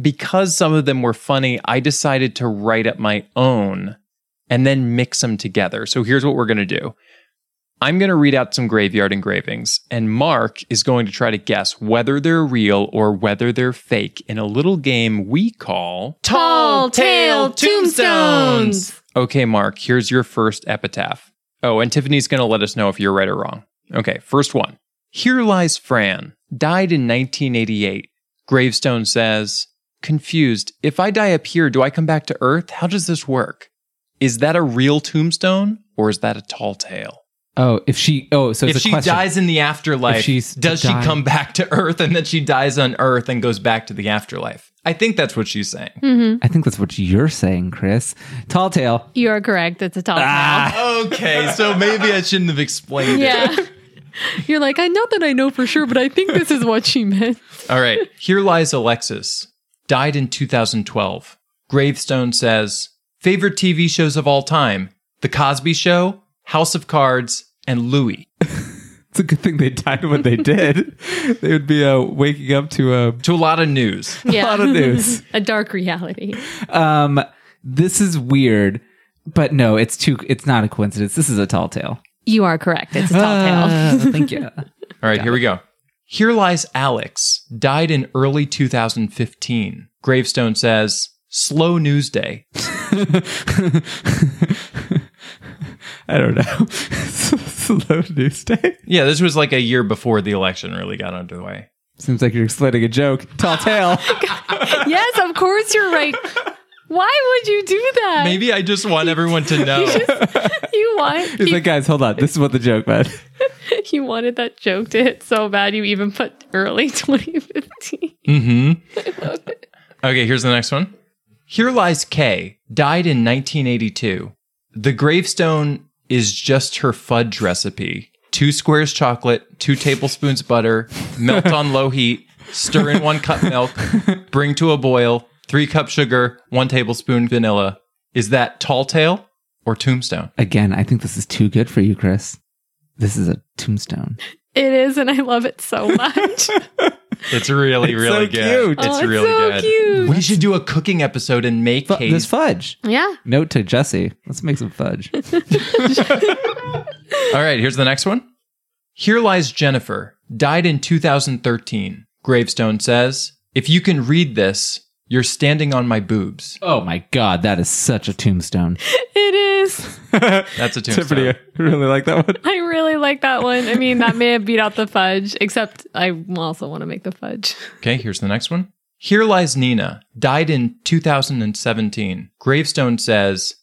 [SPEAKER 7] because some of them were funny, I decided to write up my own and then mix them together. So here's what we're going to do I'm going to read out some graveyard engravings, and Mark is going to try to guess whether they're real or whether they're fake in a little game we call
[SPEAKER 13] Tall Tale Tombstones.
[SPEAKER 7] Okay, Mark, here's your first epitaph. Oh, and Tiffany's going to let us know if you're right or wrong. Okay, first one. Here lies Fran, died in 1988. Gravestone says, Confused. If I die up here, do I come back to Earth? How does this work? Is that a real tombstone or is that a tall tale?
[SPEAKER 15] Oh, if she. Oh, so it's
[SPEAKER 7] if
[SPEAKER 15] a
[SPEAKER 7] she
[SPEAKER 15] question.
[SPEAKER 7] dies in the afterlife,
[SPEAKER 15] If she's
[SPEAKER 7] does
[SPEAKER 15] to die-
[SPEAKER 7] she come back to Earth and then she dies on Earth and goes back to the afterlife? I think that's what she's saying.
[SPEAKER 15] I think that's what you're saying, Chris. Tall tale.
[SPEAKER 16] You are correct. It's a tall
[SPEAKER 7] Ah.
[SPEAKER 15] Ah.
[SPEAKER 7] okay, so maybe I shouldn't have explained
[SPEAKER 16] tale. Yeah. You're like, I know that I know for sure, but I think this is what she meant.
[SPEAKER 7] All right. Here lies Alexis. Died in 2012. Gravestone says favorite TV shows of all time The Cosby Show, House of Cards, and Louie.
[SPEAKER 15] It's a good thing they died when they did. they would be uh, waking up to a
[SPEAKER 7] to a lot of news.
[SPEAKER 15] A lot of news.
[SPEAKER 16] a dark reality.
[SPEAKER 15] Um, this is weird, but no, it's too. It's not a coincidence. This is a tall tale.
[SPEAKER 16] You are correct. It's a tall
[SPEAKER 15] Ah,
[SPEAKER 16] tale.
[SPEAKER 15] thank you.
[SPEAKER 7] All right, here we go. Here lies Alex, died in early 2015. Gravestone says, slow news day.
[SPEAKER 15] I don't know. Slow news day.
[SPEAKER 7] Yeah, this was like a year before the election really got underway.
[SPEAKER 15] Seems like you're explaining a joke. Tall tale.
[SPEAKER 16] yes, of course you're right. Why would you do that?
[SPEAKER 7] Maybe I just want everyone to know.
[SPEAKER 16] You want
[SPEAKER 15] He's like, guys, hold on. This is what the joke meant.
[SPEAKER 16] you wanted that joke to hit so bad you even put early 2015.
[SPEAKER 7] Mm-hmm. Okay, here's the next one. Here lies Kay, died in 1982. The gravestone is just her fudge recipe. Two squares chocolate, two tablespoons butter, melt on low heat, stir in one cup milk, bring to a boil, three cup sugar, one tablespoon vanilla. Is that tall tale or tombstone?
[SPEAKER 15] Again, I think this is too good for you, Chris. This is a tombstone.
[SPEAKER 16] It is, and I love it so much.
[SPEAKER 7] It's really,
[SPEAKER 15] It's so
[SPEAKER 7] really good.
[SPEAKER 15] cute.
[SPEAKER 7] It's
[SPEAKER 16] Oh, it's
[SPEAKER 7] really
[SPEAKER 16] so
[SPEAKER 7] good.
[SPEAKER 16] cute.
[SPEAKER 7] We should do a cooking episode and make
[SPEAKER 15] Fu-
[SPEAKER 7] Kay's
[SPEAKER 15] there's fudge.
[SPEAKER 16] yeah.
[SPEAKER 15] Note to Jesse: Let's make some fudge.
[SPEAKER 7] All right, here's the next one. Here lies Jennifer, died in 2013. Gravestone says, If you can read this, you're standing on my boobs.
[SPEAKER 15] Oh my god, that is such a tombstone.
[SPEAKER 16] It is.
[SPEAKER 7] That's a tombstone.
[SPEAKER 15] Tiffany, I really like that one.
[SPEAKER 16] I really like that one. I mean, that may have beat out the fudge, except I also want to make the fudge.
[SPEAKER 7] Okay, here's the next one. Here lies Nina, died in 2017. Gravestone says,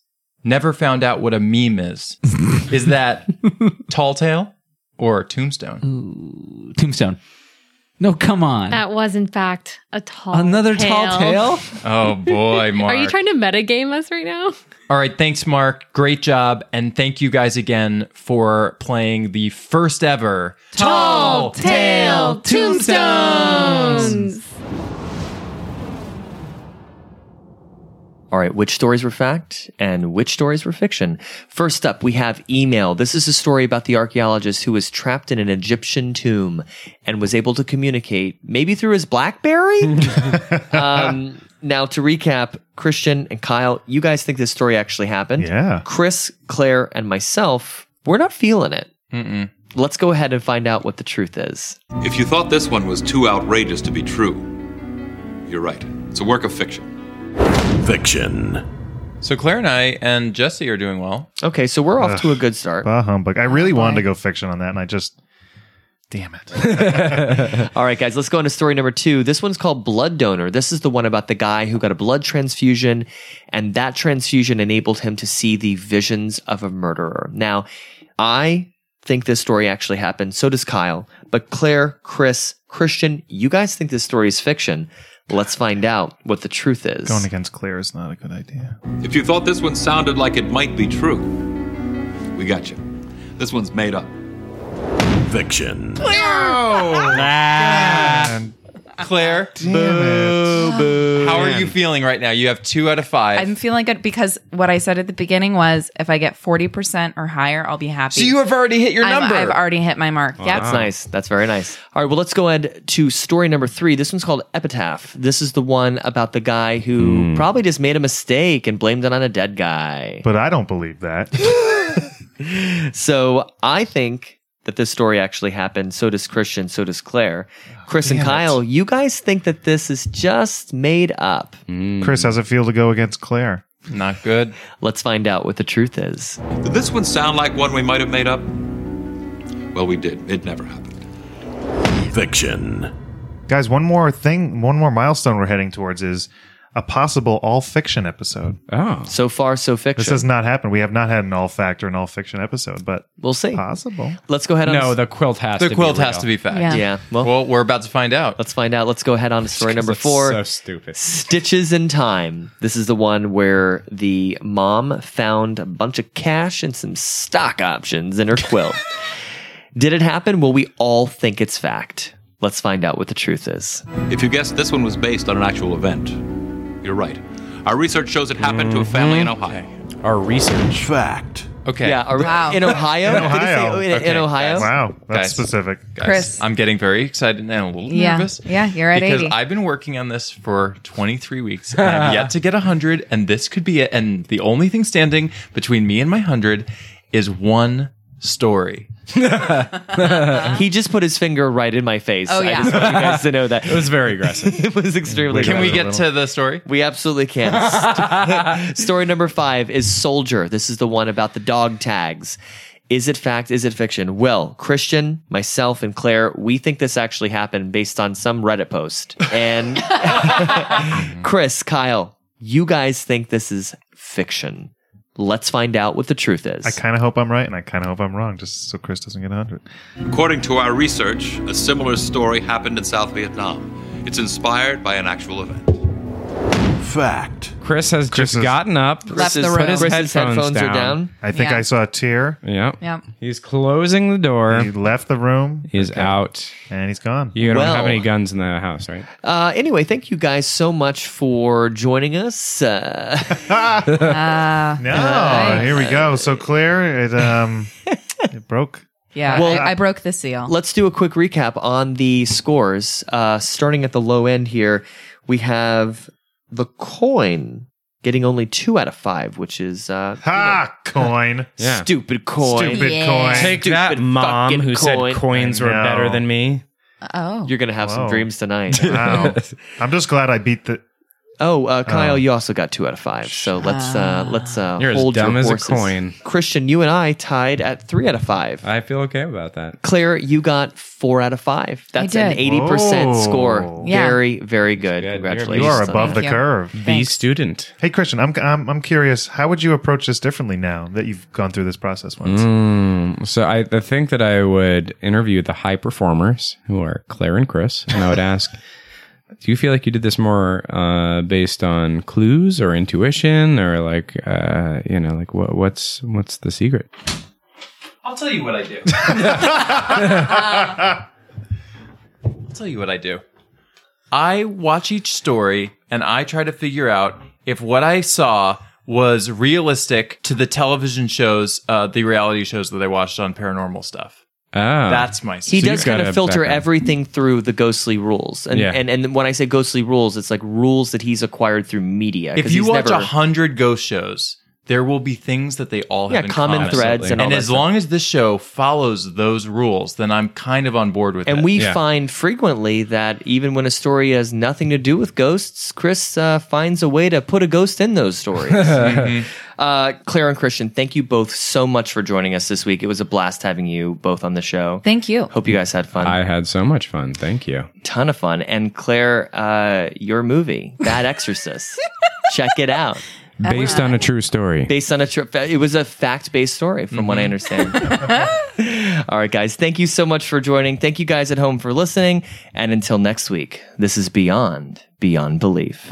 [SPEAKER 7] Never found out what a meme is. is that tall tale or tombstone?
[SPEAKER 15] Mm. Tombstone. No, come on.
[SPEAKER 16] That was, in fact, a tall
[SPEAKER 15] Another tall tale.
[SPEAKER 7] Oh boy, Mark.
[SPEAKER 16] Are you trying to metagame us right now?
[SPEAKER 7] All right, thanks, Mark. Great job. And thank you guys again for playing the first ever
[SPEAKER 16] Tall Tale Tombstones.
[SPEAKER 3] All right, which stories were fact and which stories were fiction? First up, we have email. This is a story about the archaeologist who was trapped in an Egyptian tomb and was able to communicate, maybe through his Blackberry? um, now, to recap, Christian and Kyle, you guys think this story actually happened.
[SPEAKER 5] Yeah.
[SPEAKER 3] Chris, Claire, and myself, we're not feeling it.
[SPEAKER 7] Mm-mm.
[SPEAKER 3] Let's go ahead and find out what the truth is.
[SPEAKER 17] If you thought this one was too outrageous to be true, you're right. It's a work of fiction.
[SPEAKER 2] Fiction.
[SPEAKER 7] So Claire and I and Jesse are doing well.
[SPEAKER 3] Okay, so we're off
[SPEAKER 5] Ugh.
[SPEAKER 3] to a good start.
[SPEAKER 5] Bah humbug. I really wanted to go fiction on that, and I just
[SPEAKER 3] All right, guys, let's go into story number two. This one's called Blood Donor. This is the one about the guy who got a blood transfusion, and that transfusion enabled him to see the visions of a murderer. Now, I think this story actually happened. So does Kyle. But Claire, Chris, Christian, you guys think this story is fiction. Let's find out what the truth is.
[SPEAKER 5] going against Claire is not a good idea.
[SPEAKER 17] If you thought this one sounded like it might be true, we got you. This one's made up.
[SPEAKER 2] Fiction.
[SPEAKER 7] Claire,
[SPEAKER 5] boo,
[SPEAKER 7] boo. How are
[SPEAKER 6] Damn.
[SPEAKER 7] you feeling right now? You have two out of five.
[SPEAKER 6] I'm feeling good because what I said at the beginning was if I get 40% or higher, I'll be happy.
[SPEAKER 7] So you have already hit your
[SPEAKER 6] I'm-
[SPEAKER 7] number.
[SPEAKER 6] I've already hit my mark.
[SPEAKER 3] Wow.
[SPEAKER 6] Yep.
[SPEAKER 3] That's nice. That's very nice. Ah. All right, well, let's go ahead to story number three. This one's called Epitaph. This is the one about the guy who probably just made a mistake and blamed it on a dead guy.
[SPEAKER 5] But I don't believe that.
[SPEAKER 3] So I think that this story actually happened. So does Christian. So does Claire. Chris and
[SPEAKER 5] damn it.
[SPEAKER 3] Kyle, you guys think that this is just made up.
[SPEAKER 5] Chris, how's it feel to go against Claire?
[SPEAKER 7] Not good.
[SPEAKER 3] Let's find out what the truth is.
[SPEAKER 17] Did this one sound like one we might have made up? Well, we did. It never happened.
[SPEAKER 2] Fiction.
[SPEAKER 5] Guys, one more thing, one more milestone we're heading towards is a possible all fiction episode.
[SPEAKER 4] Oh.
[SPEAKER 3] So far, so fiction.
[SPEAKER 5] This has not happened. We have not had an all fact or an all fiction episode, but
[SPEAKER 3] we'll see.
[SPEAKER 5] Possible.
[SPEAKER 3] Let's go ahead on.
[SPEAKER 4] No, the quilt has
[SPEAKER 7] the
[SPEAKER 4] to
[SPEAKER 7] quilt
[SPEAKER 4] be
[SPEAKER 7] has to be fact.
[SPEAKER 3] Yeah.
[SPEAKER 6] Yeah.
[SPEAKER 3] Well,
[SPEAKER 7] we're about to find out.
[SPEAKER 3] Let's find out. Let's go ahead on to story number four.
[SPEAKER 4] So stupid.
[SPEAKER 3] Stitches in Time. This is the one where the mom found a bunch of cash and some stock options in her quilt. Did it happen? Well, we all think it's fact. Let's find out what the truth is.
[SPEAKER 17] If you guessed this one was based on an actual event, you're right. Our research shows it happened to a family in Ohio.
[SPEAKER 4] Our research.
[SPEAKER 2] Fact.
[SPEAKER 7] Mm-hmm. Okay.
[SPEAKER 3] Yeah, are we-
[SPEAKER 6] Wow.
[SPEAKER 3] in Ohio?
[SPEAKER 5] In
[SPEAKER 3] Did it say-
[SPEAKER 5] Ohio.
[SPEAKER 3] in, in
[SPEAKER 7] Okay,
[SPEAKER 3] Ohio?
[SPEAKER 7] guys.
[SPEAKER 5] Wow, that's
[SPEAKER 7] Guys.
[SPEAKER 5] specific.
[SPEAKER 7] Guys,
[SPEAKER 6] Chris.
[SPEAKER 7] I'm getting very excited and a little
[SPEAKER 6] Yeah.
[SPEAKER 7] nervous.
[SPEAKER 6] Yeah, you're at
[SPEAKER 7] because
[SPEAKER 6] 80.
[SPEAKER 7] I've been working on this for 23 weeks and I've yet to get 100 and this could be it and the only thing standing between me and my 100 is one story.
[SPEAKER 3] He just put his finger right in my face.
[SPEAKER 6] Oh,
[SPEAKER 3] I
[SPEAKER 6] yeah.
[SPEAKER 3] just want you guys to know that.
[SPEAKER 4] It was very aggressive.
[SPEAKER 3] it was extremely
[SPEAKER 7] Can we
[SPEAKER 3] aggressive.
[SPEAKER 7] get to the story?
[SPEAKER 3] We absolutely can. St- Story number five is Soldier. This is the one about the dog tags. Is it fact? Is it fiction? Well, Christian, myself, and Claire, we think this actually happened based on some Reddit post. And Chris, Kyle, you guys think this is fiction. Let's find out what the truth is.
[SPEAKER 5] I kind of hope I'm right, and I kind of hope I'm wrong, just so Chris doesn't get 100.
[SPEAKER 17] According to our research, a similar story happened in South Vietnam. It's inspired by an actual event.
[SPEAKER 2] Fact.
[SPEAKER 4] Chris has just gotten up,
[SPEAKER 3] Left the
[SPEAKER 4] put
[SPEAKER 3] room.
[SPEAKER 4] his
[SPEAKER 3] Chris's
[SPEAKER 4] headphones,
[SPEAKER 3] headphones are
[SPEAKER 4] down.
[SPEAKER 3] down.
[SPEAKER 5] I think
[SPEAKER 6] Yeah.
[SPEAKER 5] I saw a tear.
[SPEAKER 4] Yep.
[SPEAKER 6] Yep.
[SPEAKER 4] He's closing the door.
[SPEAKER 5] He left the room.
[SPEAKER 4] He's out.
[SPEAKER 5] And he's gone.
[SPEAKER 4] You don't have
[SPEAKER 3] Well-
[SPEAKER 4] any guns in the house, right?
[SPEAKER 3] Uh, anyway, thank you guys so much for joining us. Uh,
[SPEAKER 6] Uh,
[SPEAKER 5] No, here we go. So clear. It um, it broke.
[SPEAKER 6] yeah,
[SPEAKER 3] Well-
[SPEAKER 6] I, I broke the seal.
[SPEAKER 3] let's do a quick recap on the scores. Uh, starting at the low end here, we have the coin getting only two out of five, which is uh,
[SPEAKER 5] Ha! Coin.
[SPEAKER 4] Yeah.
[SPEAKER 3] stupid coin.
[SPEAKER 5] Stupid coin.
[SPEAKER 4] Take
[SPEAKER 3] Stupid
[SPEAKER 4] that, mom,
[SPEAKER 3] fucking
[SPEAKER 4] who
[SPEAKER 3] coin.
[SPEAKER 4] said coins were
[SPEAKER 5] I know.
[SPEAKER 4] better than me.
[SPEAKER 6] oh,
[SPEAKER 3] You're gonna have some
[SPEAKER 5] Whoa.
[SPEAKER 3] dreams tonight.
[SPEAKER 5] Wow. I'm just glad I beat the.
[SPEAKER 3] Oh, uh, Kyle, you also got two out of five. So let's uh, let's uh,
[SPEAKER 4] You're as
[SPEAKER 3] hold
[SPEAKER 4] dumb
[SPEAKER 3] your
[SPEAKER 4] as a
[SPEAKER 3] horses.
[SPEAKER 4] coin. Uh,
[SPEAKER 3] Christian, you and I tied at three out of five.
[SPEAKER 4] I feel okay about that.
[SPEAKER 3] Claire, you got four out of five. That's an
[SPEAKER 6] did.
[SPEAKER 3] eighty percent
[SPEAKER 5] Whoa.
[SPEAKER 3] score.
[SPEAKER 6] Yeah.
[SPEAKER 3] Very, very good.
[SPEAKER 4] You're-
[SPEAKER 3] Congratulations.
[SPEAKER 5] You are
[SPEAKER 3] on
[SPEAKER 5] above
[SPEAKER 3] that.
[SPEAKER 5] the
[SPEAKER 6] you.
[SPEAKER 5] curve.
[SPEAKER 4] The student.
[SPEAKER 5] Hey Christian, I'm, I'm I'm curious. How would you approach this differently now that you've gone through this process once?
[SPEAKER 4] Mm, so I, I think that I would interview the high performers who are Claire and Chris, and I would ask, "Do you feel like you did this more uh, based on clues or intuition, or like uh, you know, like what, what's what's the secret?"
[SPEAKER 7] I'll tell you what I do. I'll tell you what I do. I watch each story and I try to figure out if what I saw was realistic to the television shows, uh, the reality shows that I watched on paranormal stuff.
[SPEAKER 4] Oh,
[SPEAKER 7] That's my
[SPEAKER 3] He
[SPEAKER 7] secret.
[SPEAKER 3] does
[SPEAKER 4] you've got
[SPEAKER 3] kind
[SPEAKER 4] a
[SPEAKER 3] of filter
[SPEAKER 4] background.
[SPEAKER 3] everything through the ghostly rules, and,
[SPEAKER 4] Yeah.
[SPEAKER 3] and and when I say ghostly rules, it's like rules that he's acquired through media. 'cause
[SPEAKER 7] if you
[SPEAKER 3] he's
[SPEAKER 7] watch a
[SPEAKER 3] never-
[SPEAKER 7] hundred ghost shows, there will be things that they all have
[SPEAKER 3] Yeah,
[SPEAKER 7] in
[SPEAKER 3] common
[SPEAKER 7] common.
[SPEAKER 3] threads and all that
[SPEAKER 7] as
[SPEAKER 3] stuff.
[SPEAKER 7] long as this show follows those rules, then I'm kind of on board with it.
[SPEAKER 3] And we
[SPEAKER 4] Yeah.
[SPEAKER 3] find frequently that even when a story has nothing to do with ghosts, Chris uh, finds a way to put a ghost in those stories. uh, Claire and Christian, thank you both so much for joining us this week. It was a blast having you both on the show.
[SPEAKER 6] Thank you.
[SPEAKER 3] Hope you guys had fun.
[SPEAKER 4] I had so much fun. Thank you.
[SPEAKER 3] Ton of fun. And Claire, uh, your movie, Bad Exorcist. Check it out.
[SPEAKER 4] Based on a true story.
[SPEAKER 3] Based on a trip, it was a fact based story, from what I understand. All right, guys, thank you so much for joining. Thank you guys at home for listening. And until next week, this is Beyond, Beyond Belief.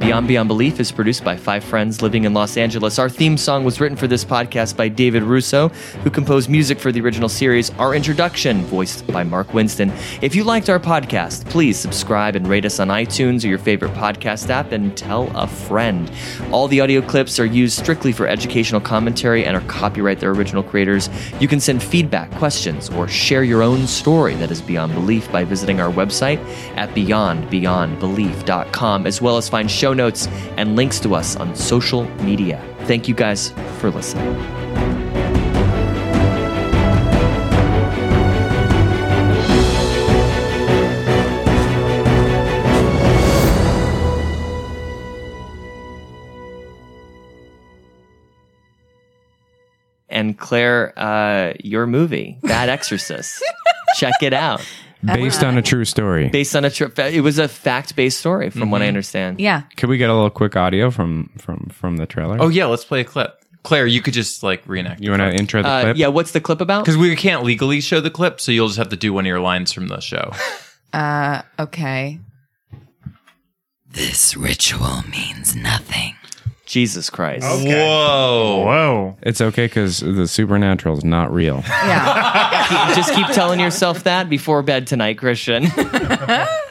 [SPEAKER 3] Beyond Beyond Belief is produced by five friends living in Los Angeles. Our theme song was written for this podcast by David Russo, who composed music for the original series Our Introduction, voiced by Mark Winston. If you liked our podcast, please subscribe and rate us on iTunes or your favorite podcast app and tell a friend. All the audio clips are used strictly for educational commentary and are copyright their original creators. You can send feedback, questions, or share your own story that is beyond belief by visiting our website at beyondbeyondbelief.com, as well as find show notes and links to us on social media. Thank you guys for listening. And Claire, uh, your movie, Bad Exorcist. Check it out.
[SPEAKER 4] Based on a true story.
[SPEAKER 3] Based on a trip, it was a fact-based story, from what I understand.
[SPEAKER 6] yeah.
[SPEAKER 4] Could we get a little quick audio from from from the trailer?
[SPEAKER 7] Oh yeah, let's play a clip. Claire, you could just like reenact.
[SPEAKER 4] you want to intro the
[SPEAKER 3] Uh,
[SPEAKER 4] clip?
[SPEAKER 3] yeah. What's the clip about?
[SPEAKER 7] Because we can't legally show the clip, so you'll just have to do one of your lines from the show.
[SPEAKER 6] Uh, okay.
[SPEAKER 10] This ritual means nothing.
[SPEAKER 3] Jesus Christ.
[SPEAKER 7] Whoa.
[SPEAKER 5] Whoa!
[SPEAKER 4] It's okay because the supernatural is not real.
[SPEAKER 6] Yeah.
[SPEAKER 3] Just keep telling yourself that before bed tonight, Christian.